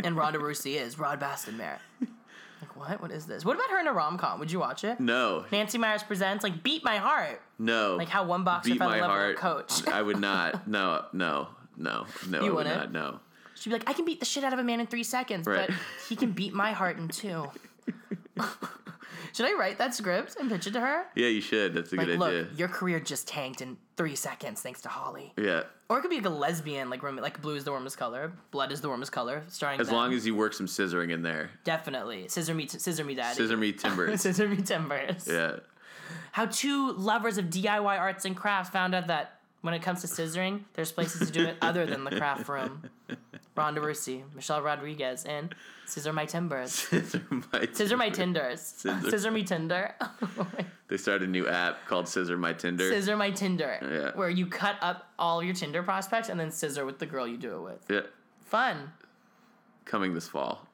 and Ronda Rousey is Rod Bastenmare. Like, what? What is this? What about her in a rom com? Would you watch it? No, Nancy Myers presents, like, Beat My Heart. no. Like, how one boxer beat fell my in love with her heart. coach. I would not. No, no, no, no. I You would wouldn't? not. No. She'd be like, I can beat the shit out of a man in three seconds, Right. but he can beat my heart in two. Should I write that script and pitch it to her? Yeah, you should. That's a Like, good look, idea. your career just tanked in three seconds thanks to Holly. Yeah. Or it could be like a lesbian, like rom- like blue is the warmest color, blood is the warmest color, starring As them. long as you work some scissoring in there. Definitely. Scissor me, scissor me, daddy. Scissor me timbers. Scissor me timbers. yeah. How two lovers of DIY arts and crafts found out that when it comes to scissoring, there's places to do it other than the craft room. Ronda Rousey, Michelle Rodriguez, and Scissor My Timbers. Scissor my. Scissor My Tinder. Tinders. Scissor. Scissor Me Tinder. They started a new app called Scissor My Tinder. scissor My Tinder. Yeah. Where you cut up all your Tinder prospects and then scissor with the girl you do it with. Yeah. Fun. Coming this fall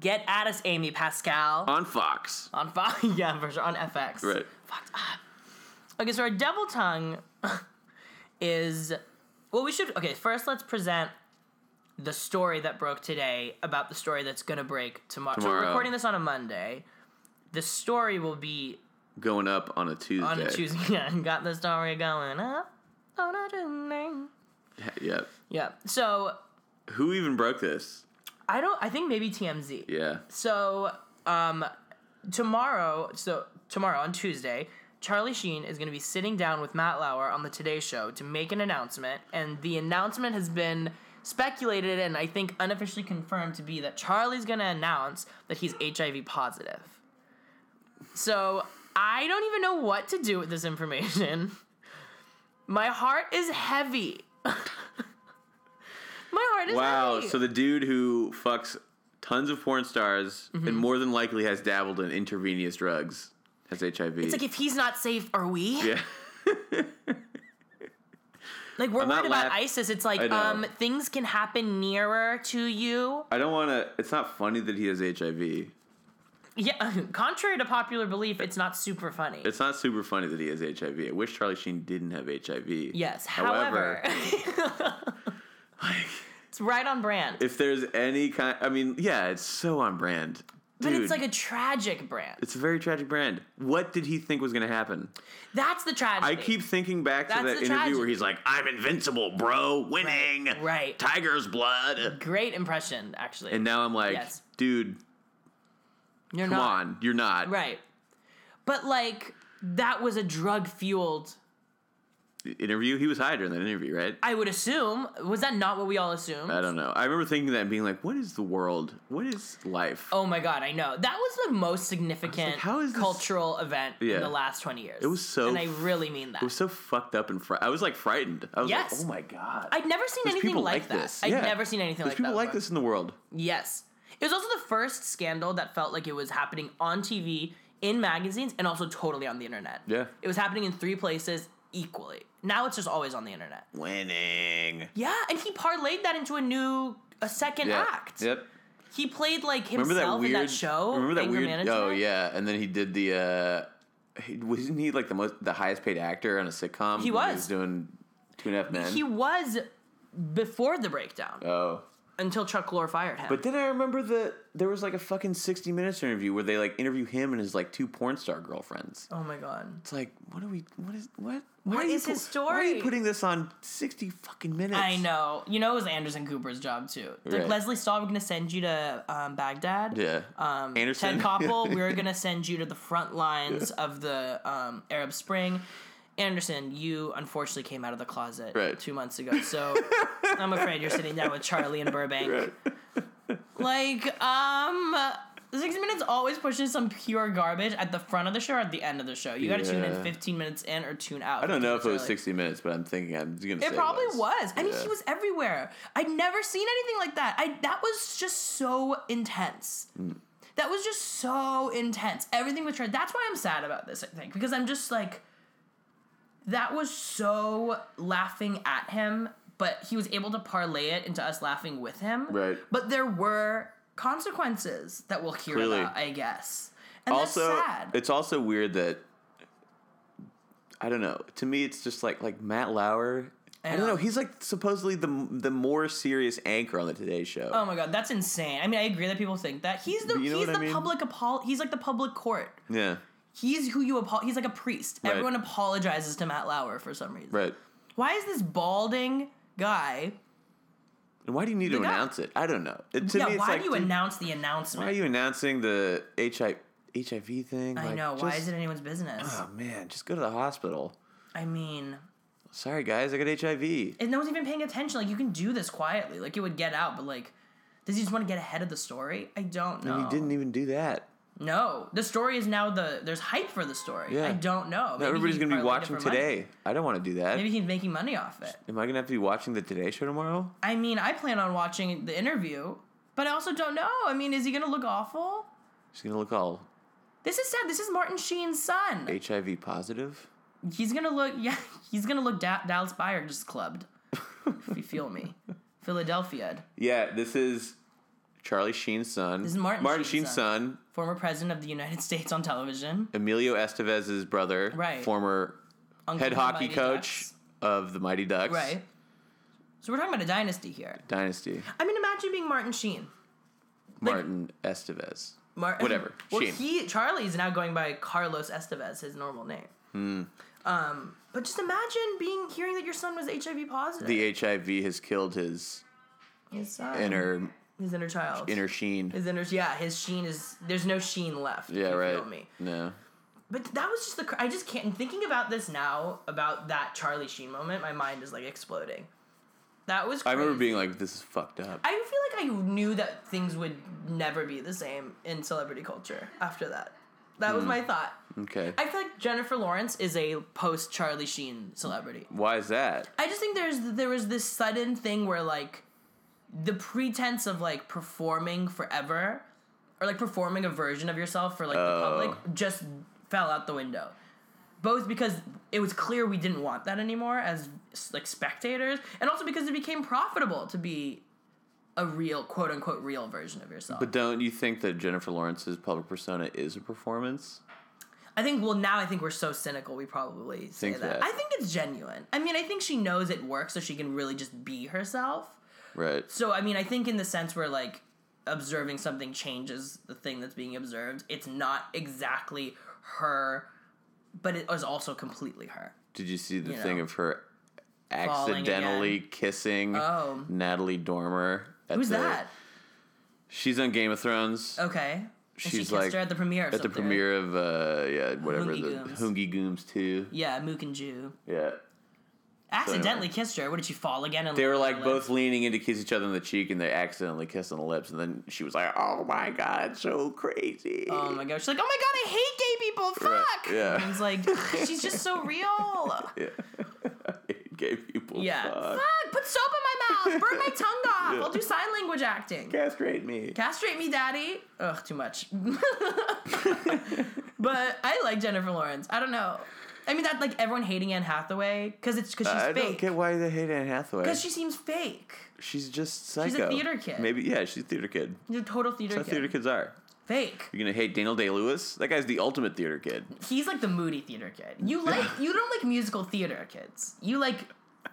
Get at us, Amy Pascal. on Fox. On Fox, yeah, for sure. On FX. Uh, Right. Fucked up. Okay, so our devil tongue is well. We should okay. First, let's present the story that broke today about the story that's gonna break tomorrow. So we're Tomorrow. recording this on a Monday. The story will be Going up on a Tuesday. on a Tuesday. Yeah, got the story going up on a Tuesday. yeah. Yeah. So Who even broke this? I don't. I think maybe TMZ. Yeah. So um, tomorrow, so tomorrow on Tuesday, Charlie Sheen is going to be sitting down with Matt Lauer on the Today Show to make an announcement, and the announcement has been speculated and I think unofficially confirmed to be that Charlie's going to announce that he's HIV positive. So I don't even know what to do with this information. My heart is heavy. My heart is Wow. heavy. So the dude who fucks tons of porn stars Mm-hmm. and more than likely has dabbled in intravenous drugs has HIV. It's like if he's not safe, are we? yeah. Like we're not worried about laugh- ISIS. It's like I know. um things can happen nearer to you. I don't want to. It's not funny that he has HIV. Yeah, contrary to popular belief, it's not super funny. It's not super funny that he has HIV. I wish Charlie Sheen didn't have HIV. yes, however, like, it's right on brand. if there's any kind, I mean, yeah, it's so on brand. but Dude, it's like a tragic brand. it's a very tragic brand. What did he think was going to happen? That's the tragedy. I keep thinking back to That's that the interview where tragedy. he's like, "I'm invincible, bro, winning, right. tiger's blood," Great impression, actually. and now I'm like, Yes. "Dude, You're come not on, you're not." right. But like that was a drug fueled. Interview. He was high during that interview, right? I would assume was that not what we all assumed? I don't know. I remember thinking that and being like, "What is the world? What is life?" Oh my god, I know. That was the most significant how is this- cultural event Yeah. in the last 20 years. It was so And I f- really mean that. It was so fucked up and fr- I was like frightened. I was Yes. like, "Oh my god." I'd never seen There's anything people like, like that. this. I'd Yeah. never seen anything There's like people that. like before. this in the world. Yes. It was also the first scandal that felt like it was happening on TV, in magazines, and also totally on the internet. Yeah. It was happening in three places equally. Now it's just always on the internet. Winning. Yeah, and he parlayed that into a new a second Yeah. act. Yep. He played like himself Remember that weird in that show. Remember that Anger weird? Management? Oh yeah, and then he did the. uh he- Wasn't he like the most the highest paid actor on a sitcom? He when was. he was doing Two and a Half Men. He was before the breakdown. oh, until Chuck Lorre fired him. but then I remember that there was like a fucking sixty minutes interview where they like interview him and his like two porn star girlfriends. oh my god, It's like, what are we? What is what? What are you is his Why are you story? putting this on sixty fucking minutes? I know. You know, it was Anderson Cooper's job too. Like Right. Leslie Stahl, we're gonna send you to um, Baghdad. Yeah. Um, Anderson. Ted Koppel, we're gonna send you to the front lines of the um, Arab Spring. Anderson, you unfortunately came out of the closet Right. two months ago, so I'm afraid you're sitting down with Charlie and Burbank. Like, um, six minutes always pushes some pure garbage at the front of the show or at the end of the show. You gotta tune Yeah. in 15 minutes in or tune out. I don't know if it was Charlie. sixty minutes, but I'm thinking I'm gonna. say It probably was. I mean, Yeah. he was everywhere. I'd never seen anything like that. I that was just so intense. Mm. That was just so intense. Everything was tried. That's why I'm sad about this. I think because I'm just like, that was so laughing at him, but he was able to parlay it into us laughing with him. Right. But there were consequences that we'll hear Clearly. about, I guess. And also that's sad. it's also weird that I don't know. To me, it's just like like Matt Lauer. I, don't know. know. He's like supposedly the the more serious anchor on the Today Show. Oh my god, that's insane. I mean, I agree that people think that. He's the You know he's what the I mean? public apol he's like the public court. yeah, He's who you apol he's like a priest. Right. Everyone apologizes to Matt Lauer for some reason. right. Why is this balding guy? And why do you need to guy- announce it? I don't know. It, to yeah, me, it's why like, do you dude, announce the Why are announcement? you announcing the HIV HIV thing? I Like, know, why just- is it anyone's business? Oh man, just go to the hospital. I mean, Sorry guys, I got HIV. and no one's even paying attention. Like you can do this quietly. Like it would get out, but like does he just want to get ahead of the story? I don't know. And he didn't even do that. No, the story is now the there's hype for the story. Yeah. I don't know. Now Maybe everybody's he gonna be parlayed it watching for money. today. I don't want to do that. Maybe he's making money off it. Am I gonna have to be watching the Today Show tomorrow? I mean, I plan on watching the interview, but I also don't know. I mean, is he gonna look awful? She's gonna look all This is sad. This is Martin Sheen's son. HIV positive. He's gonna look, yeah, he's gonna look da- Dallas Buyer just clubbed. if you feel me, Philadelphia, Yeah, this is Charlie Sheen's son. This is Martin Sheen's, Sheen's son. former president of the United States on television, Emilio Estevez's brother, Right. former Uncle head of the hockey Mighty coach Ducks. of the Mighty Ducks right? So we're talking about a dynasty here. dynasty. I mean, imagine being Martin Sheen. Martin Estevez. Mar- Whatever, Well, Sheen. Hmm. he Charlie's now going by Carlos Estevez, his normal name. Um, but just imagine being hearing that your son was HIV positive. The HIV has killed his his son, inner his inner child, inner sheen. his inner yeah, his sheen is there's no sheen left. if Yeah, you right. Feel me. No. But that was just the cr- I just can't. and Thinking about this now about that Charlie Sheen moment, my mind is like exploding. That was. I Crazy. remember being like, this is fucked up. I feel like I knew that things would never be the same in celebrity culture after that. That Hmm. was my thought. Okay. I feel like Jennifer Lawrence is a post Charlie Sheen celebrity. Why is that? I just think there's there was this sudden thing where like the pretense of like performing forever or like performing a version of yourself for like the Oh. public just fell out the window. Both because it was clear we didn't want that anymore as like spectators, and also because it became profitable to be a real quote unquote real version of yourself. But don't you think that Jennifer Lawrence's public persona is a performance? I think well now I think we're so cynical we probably say Think that. that. I think it's genuine. I mean I think she knows it works so she can really just be herself. Right. So I mean I think in the sense where like observing something changes the thing that's being observed, it's not exactly her but it is also completely her. Did you see the You thing know. of her Falling accidentally kissing Oh. Natalie Dormer? At Who's the- that? She's on Game of Thrones. Okay. And she She's kissed like- her at the premiere. Or At the something, right? premiere of uh yeah whatever Hoongy the Gooms. Hoongy Gooms two Yeah, Mook and Jew. yeah Accidentally kissed her. What did she fall again? And they were lick her like lips? both leaning in to kiss each other on the cheek and they accidentally kissed on the lips and then she was like oh my god so crazy Oh my gosh. She's like, oh my god, I hate gay people. Right, Fuck. yeah. And it's like, she's just so real. it gave people Yeah. fuck. Fuck. Put soap in my mouth. Burn my tongue off. Yeah. I'll do sign language acting. castrate me Castrate me, daddy. Ugh, too much. but I like Jennifer Lawrence. I don't know. I mean, that like everyone hating Anne Hathaway because it's because she's I don't fake. get why they hate Anne Hathaway Because she seems fake. she's just psycho She's a theater kid. maybe yeah she's a theater kid She's a total theater that's kid. how theater kids are Fake. you're gonna hate Daniel Day Lewis that guy's the ultimate theater kid He's like the moody theater kid. You like you don't like musical theater kids. You like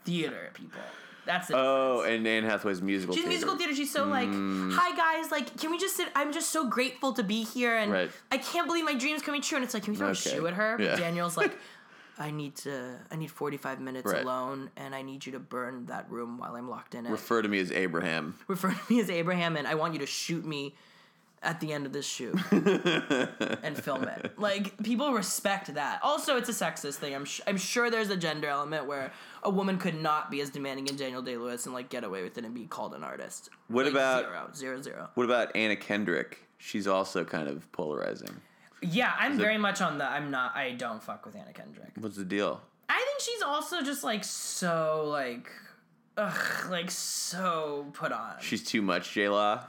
theater people. That's it. oh and Anne Hathaway's musical She's theater. musical theater. She's so like, Mm. hi guys, like, can we just sit? I'm just so grateful to be here, and Right. I can't believe my dream's coming true. And it's like, can we throw Okay. a shoe at her? But Yeah. Daniel's like, I need to, I need 45 minutes Right. alone, and I need you to burn that room while I'm locked in it. refer to me as Abraham Refer to me as Abraham, and I want you to shoot me at the end of this shoot and film it. Like people respect that. Also, it's a sexist thing. I'm sh- I'm sure there's a gender element where a woman could not be as demanding in Daniel Day Lewis and like get away with it and be called an artist. What Like, about- zero, zero, zero? What about Anna Kendrick? She's also kind of polarizing. Yeah, I'm very much on the. I'm not. I don't fuck with Anna Kendrick. What's the deal? I think she's also just like so like. Ugh, like so put on. She's too much, J Law.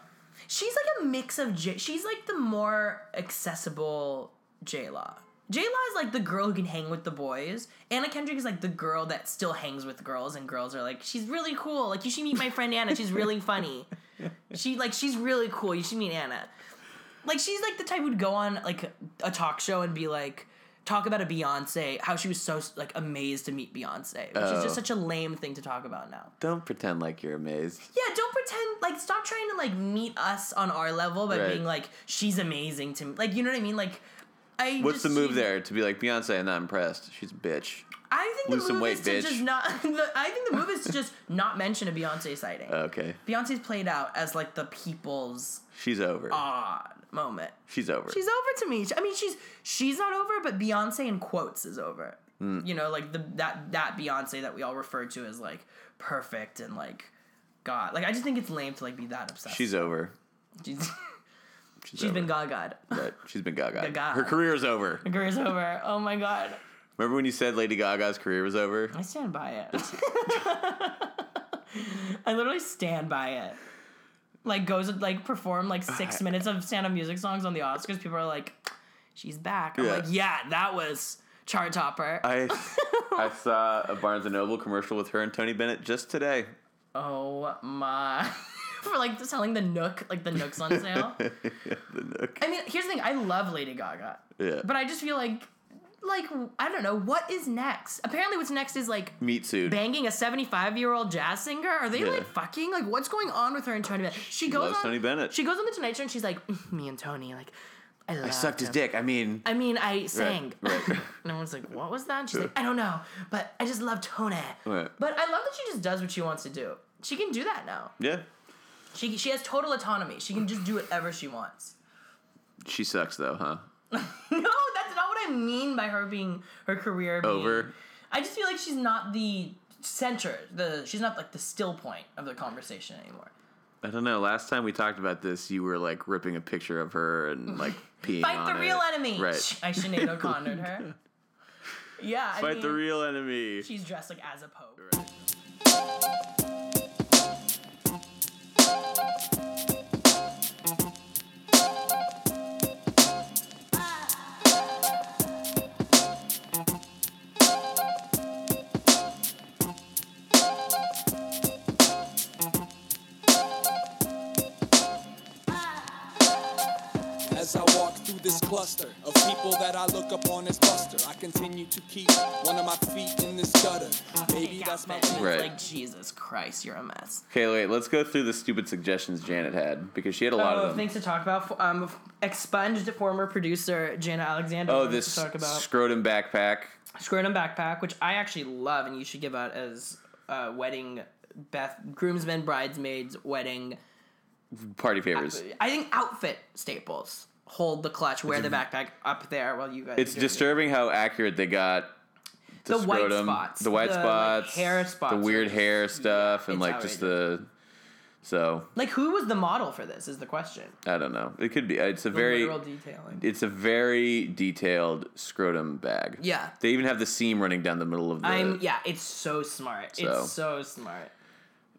She's like a mix of J. She's like the more accessible J Law. J Law is like the girl who can hang with the boys. Anna Kendrick is like the girl that still hangs with girls, and girls are like, she's really cool. Like you should meet my friend Anna. She's really funny. She like she's really cool. You should meet Anna. Like she's like the type who'd go on like a talk show and be like. Talk about a Beyonce, how she was so like amazed to meet Beyonce, which is Oh. just such a lame thing to talk about now. Don't pretend like you're amazed. Yeah, don't pretend like stop trying to like meet us on our level by Right. being like she's amazing to me. Like you know what I mean? Like I What's just- the move she's- there to be like Beyonce? I'm not impressed. She's a bitch. I think Lose the some move weight, is to bitch. just not. the- I think the move is to just not mention a Beyonce sighting. Okay, Beyonce's played out as like the people's she's over. odd moment. she's over. She's over to me. I mean, she's she's not over, but Beyonce in quotes is over. Hmm. You know, like the that that Beyonce that we all refer to as like perfect and like God. Like I just think it's lame to like be that obsessed. she's over. She's- She's, She's over. been gaga'd. Right. She's been Gaga. Gaga. Her career's over. Her career's over. Oh my god. Remember when you said Lady Gaga's career was over? I stand by it. I literally stand by it. Like goes and, like perform like six minutes of stand up music songs on the Oscars. People are like, she's back. I'm Yeah. like, yeah, that was chart topper. I I saw a Barnes and Noble commercial with her and Tony Bennett just today. oh my. For like selling the Nook, like the Nook's on sale. the Nook. I mean, here's the thing. I love Lady Gaga, Yeah. but I just feel like, like I don't know what is next. Apparently, what's next is like Meat suit. banging a 75 year old jazz singer? Are they Yeah. like fucking? Like, what's going on with her and Tony Bennett? She goes loves on Tony Bennett. She goes on the Tonight Show and she's like, me and "Mm, Tony, like, I, loved I sucked his him. dick. I mean, I mean, I sang. right, right. And everyone's like, what was that? And she's like, I don't know, but I just love Tony. Right. But I love that she just does what she wants to do. She can do that now. yeah, She, she has total autonomy. She can just do whatever she wants. she sucks though, huh? No, that's not what I mean by her being her career being- Over. I just feel like she's not the center. The she's not like the still point of the conversation anymore. I don't know. Last time we talked about this, you were like ripping a picture of her and like peeing Fight on the real it. enemy. Right. I Sinead O'Connor her. Yeah. I Fight mean, the real enemy. She's dressed like as a pope. As I walk through this cluster of people that I look upon as buster, I continue to keep one of my feet in this gutter. Maybe that's my It's Right. Like Jesus Christ, you're a mess. Okay, wait. Let's go through the stupid suggestions Janet had because she had a lot Oh, of them. things to talk about. F- Um, f- expunged former producer Jana Alexander. oh, wanted this to talk about scrotum backpack. scrotum backpack, which I actually love, and you should give out as uh, wedding bath groomsmen, bridesmaids, wedding. Party favors. I think outfit staples hold the clutch. Wear the backpack up there while you guys. It's are doing it. disturbing how accurate they got. The white scrotum, spots. the white The, like, spots, hair spots the are weird just- hair stuff, and it's like just the. So Like who was the model for this? Is the question. I don't know. It could be. uh, It's a The very. literal detailing. It's a very detailed scrotum bag. Yeah. They even have the seam running down the middle of the. I'm yeah. It's so smart. uh, So. It's so smart.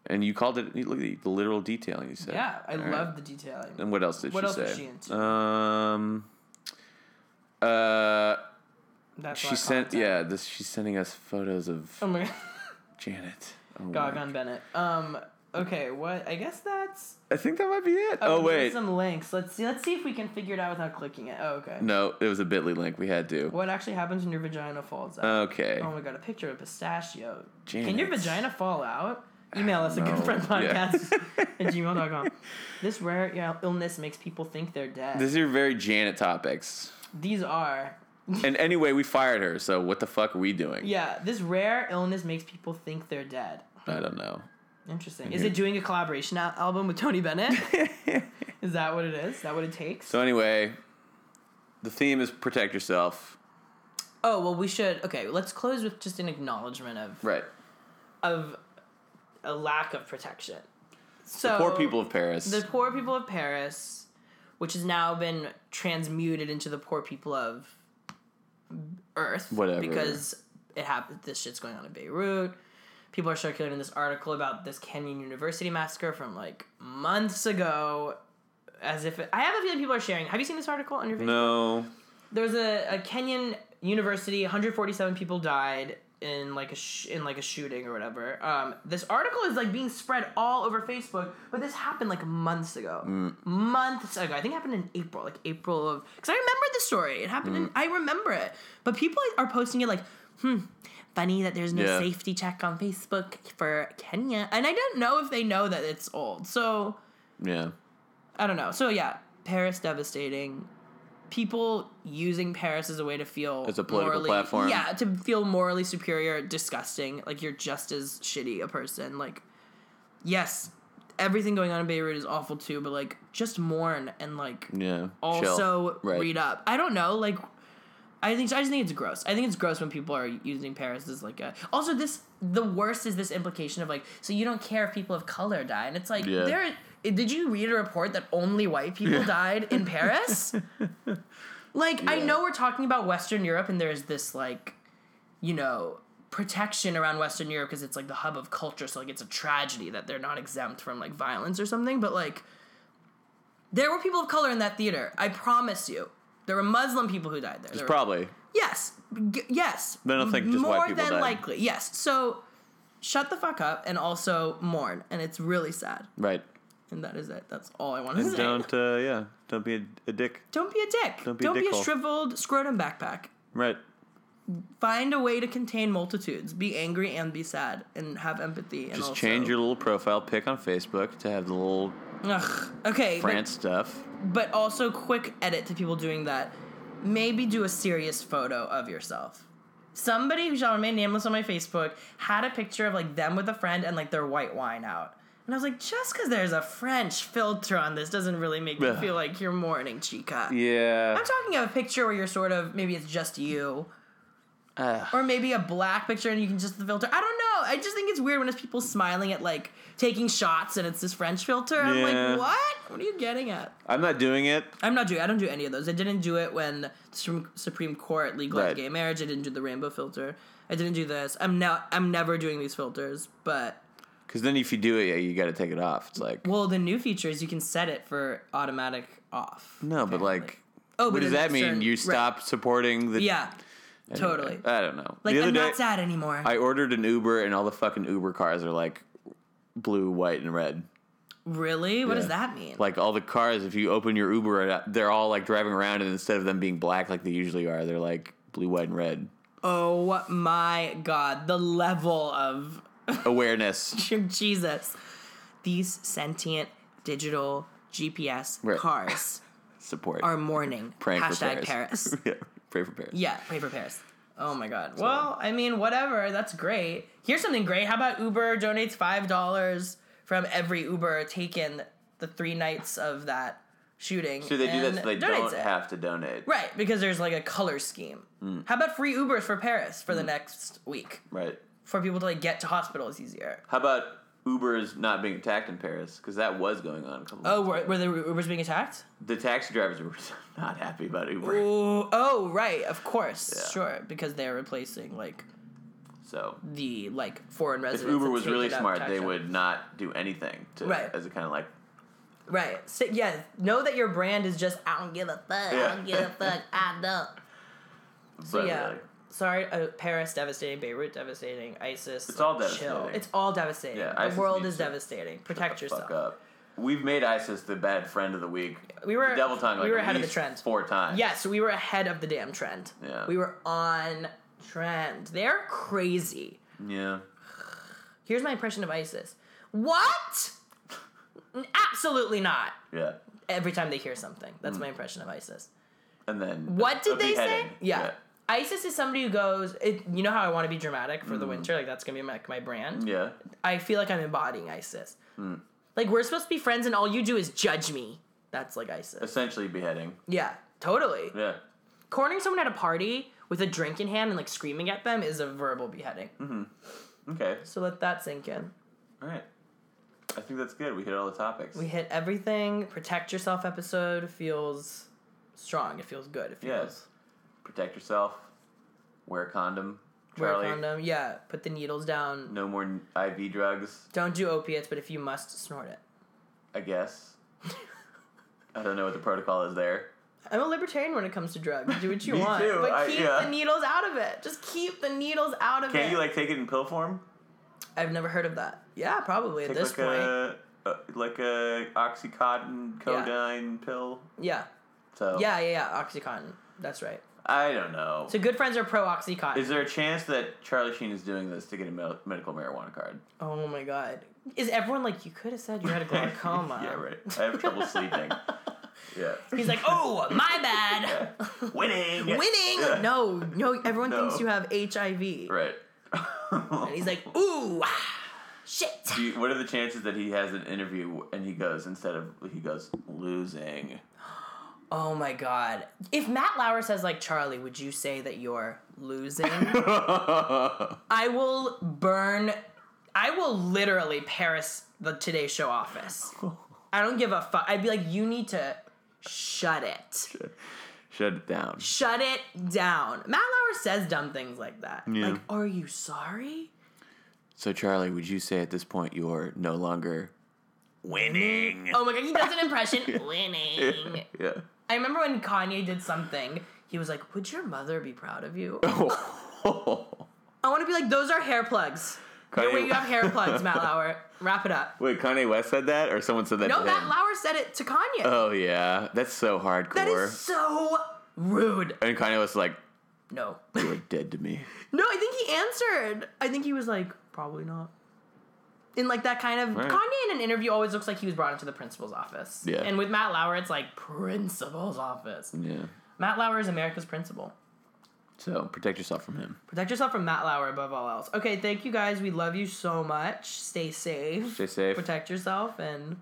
And you called it. Look at the, the literal detailing you said. Yeah, I All right. love the detailing. And what else did What she else say? was she into? Um. Uh, That's a lot she of sent. content. Yeah, this. She's sending us photos of Oh my god. Janet. Oh my Gog on Bennett. Um. Okay. What? I guess that's. I think that might be it. Oh, there's wait. Some links. Let's see. Let's see if we can figure it out without clicking it. Oh, okay. No, it was a Bitly link. We had to. What actually happens when your vagina falls out? Okay. oh my god, a picture of pistachio. Can your Uh, Janet. vagina fall out? Email us at No. goodfriendpodcast Yeah. at gmail.com. This rare yeah, illness makes people think they're dead. These are very Janet topics. These are. And anyway, we fired her. So what the fuck are we doing? Yeah, this rare illness makes people think they're dead. I don't know. Interesting. Is it doing a collaboration al- album with Tony Bennett? is that what it is? Is that what it takes? So anyway, the theme is protect yourself. Oh well, we should. Okay, let's close with just an acknowledgement of Right. of a lack of protection. So Poor people of Paris. Oh. the poor people of Paris, which has now been transmuted into the poor people of Earth, Whatever. because it happened. This shit's going on in Beirut. People are circulating this article about this Kenyan University massacre from like months ago, as if it, I have a feeling people are sharing. Have you seen this article on your Facebook? no. there's a, a Kenyan university 147 people died in like a sh- in like a shooting or whatever um, this article is like being spread all over facebook but this happened like months ago months ago i think it happened in april like april of because i remember the story it happened in i remember it but people are posting it like hmm funny that there's no Yeah. safety check on facebook for kenya and i don't know if they know that it's old so Yeah. I don't know. So yeah, Paris devastating. People using Paris as a way to feel As a political morally- platform. Yeah, to feel morally superior, disgusting. Like you're just as shitty a person. Like, yes, everything going on in Beirut is awful too, but like just mourn and like Yeah. also Chill. Right. read up. I don't know, like I think I just think it's gross. I think it's gross when people are using Paris as like a. Also, this the worst is this implication of like, so you don't care if people of color die, and it's like Yeah. there. Did you read a report that only white people died in Paris? like I Yeah. know we're talking about Western Europe, and there's this like, you know, protection around Western Europe because it's like the hub of culture, so like it's a tragedy that they're not exempt from like violence or something. But like, there were people of color in that theater. I promise you. There were Muslim people who died there. There were- Probably. Yes. G- yes. But I don't think just More white people than died. likely. Yes. So shut the fuck up and also mourn. And it's really sad. Right. And that is it. That's all I want to And say. don't. Uh, yeah. Don't be a, a dick. Don't be a dick. Don't be a dickhole. shriveled scrotum backpack. Right. Find a way to contain multitudes. Be angry and be sad and have empathy. And Just also- change your little profile pic on Facebook to have the little Ugh. Okay. but- France stuff. but also quick edit to people doing that. Maybe do a serious photo of yourself. Somebody who shall remain nameless on my Facebook had a picture of like them with a friend and like their white wine out. And I was like, just because there's a French filter on this doesn't really make me Ugh. feel like you're mourning, Chica. Yeah. I'm talking of a picture where you're sort of maybe it's just you. or maybe a black picture and you can just the filter. I don't know. I just think it's weird when it's people smiling at like taking shots and it's this French filter. I'm Yeah. like, what? What are you getting at? I'm not doing it. I'm not doing. I don't do any of those. I didn't do it when Supreme Supreme Court legalized Right. gay marriage. I didn't do the rainbow filter. I didn't do this. I'm now. I'm never doing these filters. But Because then if you do it, yeah, you got to take it off. It's like, well, the new feature is you can set it for automatic off. no, but like, Oh, what but does in a that mean? certain- you right. stop supporting the. Yeah, Anyway, totally. I don't know. Like the other I'm day, not sad anymore. I ordered an Uber, and all the fucking Uber cars are like blue, white, and red. really? What does Yeah. that mean? Like all the cars, if you open your Uber, uh, they're all like driving around, and instead of them being black like they usually are, they're like blue, white, and red. oh my god, the level of Awareness. Jesus. These sentient digital GPS Right. cars Support. are mourning. Praying for Hashtag Paris. Paris. yeah. Pray for Paris. Yeah, pay for Paris. Oh my god. Well, I mean, whatever. That's great. Here's something great. How about Uber donates five dollars from every Uber taken the three nights of that shooting? So they do that and so they donates don't it. have Hmm. to donate. Right, because there's like a color scheme. How about free Ubers for Paris Hmm. for the next week Right. for people to like get to hospitals easier? How about Ubers not being attacked in Paris? Because that was going on. A couple Oh, were, were the Ubers being attacked? the taxi drivers were not happy about Uber. Ooh, oh, right, of course, Yeah. sure, because they're replacing like So the like foreign if residents. Uber that was take really it up smart, tax they shelter. would not do anything to Right. as a kind of like Right. So, yeah. Know that your brand is just I don't give a fuck. I don't give a fuck. I don't. So But, yeah. uh, Sorry, uh, Paris devastating, Beirut devastating, ISIS. It's all chill. devastating. It's all devastating. Yeah, the ISIS world needs is to devastating. Protect the yourself. fuck up. We've made ISIS the bad friend of the week. We were- the devil time. we Like were at ahead of the least trend. four times. Yes, we were ahead of the damn trend. Yeah. We were on trend. They're crazy. Yeah. Here's my impression of ISIS. What? Absolutely not. Yeah. Every time they hear something, that's Hmm. my impression of ISIS. And then What a did they say? beheading. Yeah. ISIS is somebody who goes. It, you know how I want to be dramatic for the winter. Like that's gonna be my, my brand. Mm. Yeah. Mm. I feel like I'm embodying ISIS. Like we're supposed to be friends, and all you do is judge me. That's like ISIS. Essentially beheading. Yeah, totally. Yeah. Cornering someone at a party with a drink in hand and like screaming at them is a verbal beheading. Mm-hmm. Okay. So let that sink in. All right. I think that's good. We hit all the topics. We hit everything. Protect yourself episode feels strong. It feels good. It feels. Yes. Protect yourself. Wear a condom. Wear Charlie, a condom. Yeah. Put the needles down. No more IV drugs, Don't do opiates, but if you must, snort it. I guess. I don't know what the protocol is there. I'm a libertarian when it comes to drugs. Do what you Me want, too. but I- keep yeah. the needles out of it. Just keep the needles out of Can't it. you like take it in pill form? I've never heard of that. Yeah, probably at Take this like point. a, a like a oxycontin codeine pill. Yeah, So yeah, yeah, yeah. OxyContin. That's right. I don't know. So good friends are pro OxyContin. is there a chance that Charlie Sheen is doing this to get a mel- medical marijuana card? oh my god. Is everyone like you could have said you had glaucoma? yeah, right. I have trouble sleeping. Yeah. He's like, oh, my bad. Winning. Winning. Yeah. No, no. Everyone No. thinks you have HIV. Right. And he's like, ooh, ah, shit. Do you- what are the chances that he has an interview and he goes instead of he goes losing? Oh my god. If Matt Lauer says like Charlie, would you say that you're losing? I will burn. I will literally Paris the Today Show office. I don't give a fuck. I'd be like, you need to shut it, Shut it down. shut it down. Matt Lauer says dumb things like that. Yeah. Like, are you sorry? So Charlie, would you say at this point you're no longer winning? Oh my god, he does an impression. Winning. Yeah. I remember when Kanye did something. He was like, "Would your mother be proud of you?" I want to be like, "Those are hair plugs. No Kanye- way you have hair plugs, Matt Lauer. Wrap it up." Wait, Kanye West said that, or someone said that No, to Matt him? Lauer said it to Kanye. oh yeah, that's so hardcore. That is so rude. and Kanye was like, No. "You are dead to me." No, I think he answered. I think he was like, probably not. in like that kind of Right. Kanye in an interview always looks like he was brought into the principal's office. Yeah. And with Matt Lauer, it's like principal's office. Yeah. Matt Lauer is America's principal. So protect yourself from him. Protect yourself from Matt Lauer above all else. Okay, thank you guys. We love you so much. Stay safe. Stay safe. Protect yourself and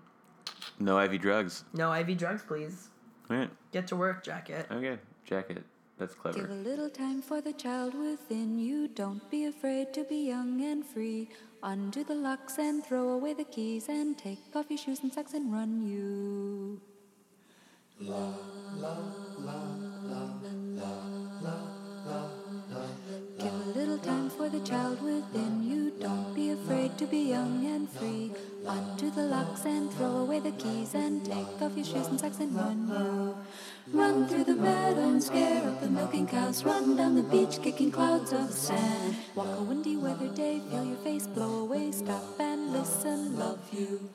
No IV drugs. no IV drugs, please. All right. Get to work, jacket. Okay. Jacket. That's Give clever. a little time for the child within you. Don't be afraid to be young and free. Undo the locks and throw away the keys and take off your shoes and socks and run you. Give a little time for the child within you. Don't be afraid to be young and free. Undo the locks and throw away the keys and take off your shoes and socks and run you. Run through the meadow and scare up the milking cows. Run down the beach kicking clouds of sand. Walk a windy weather day, feel your face blow away. Stop and listen, love you.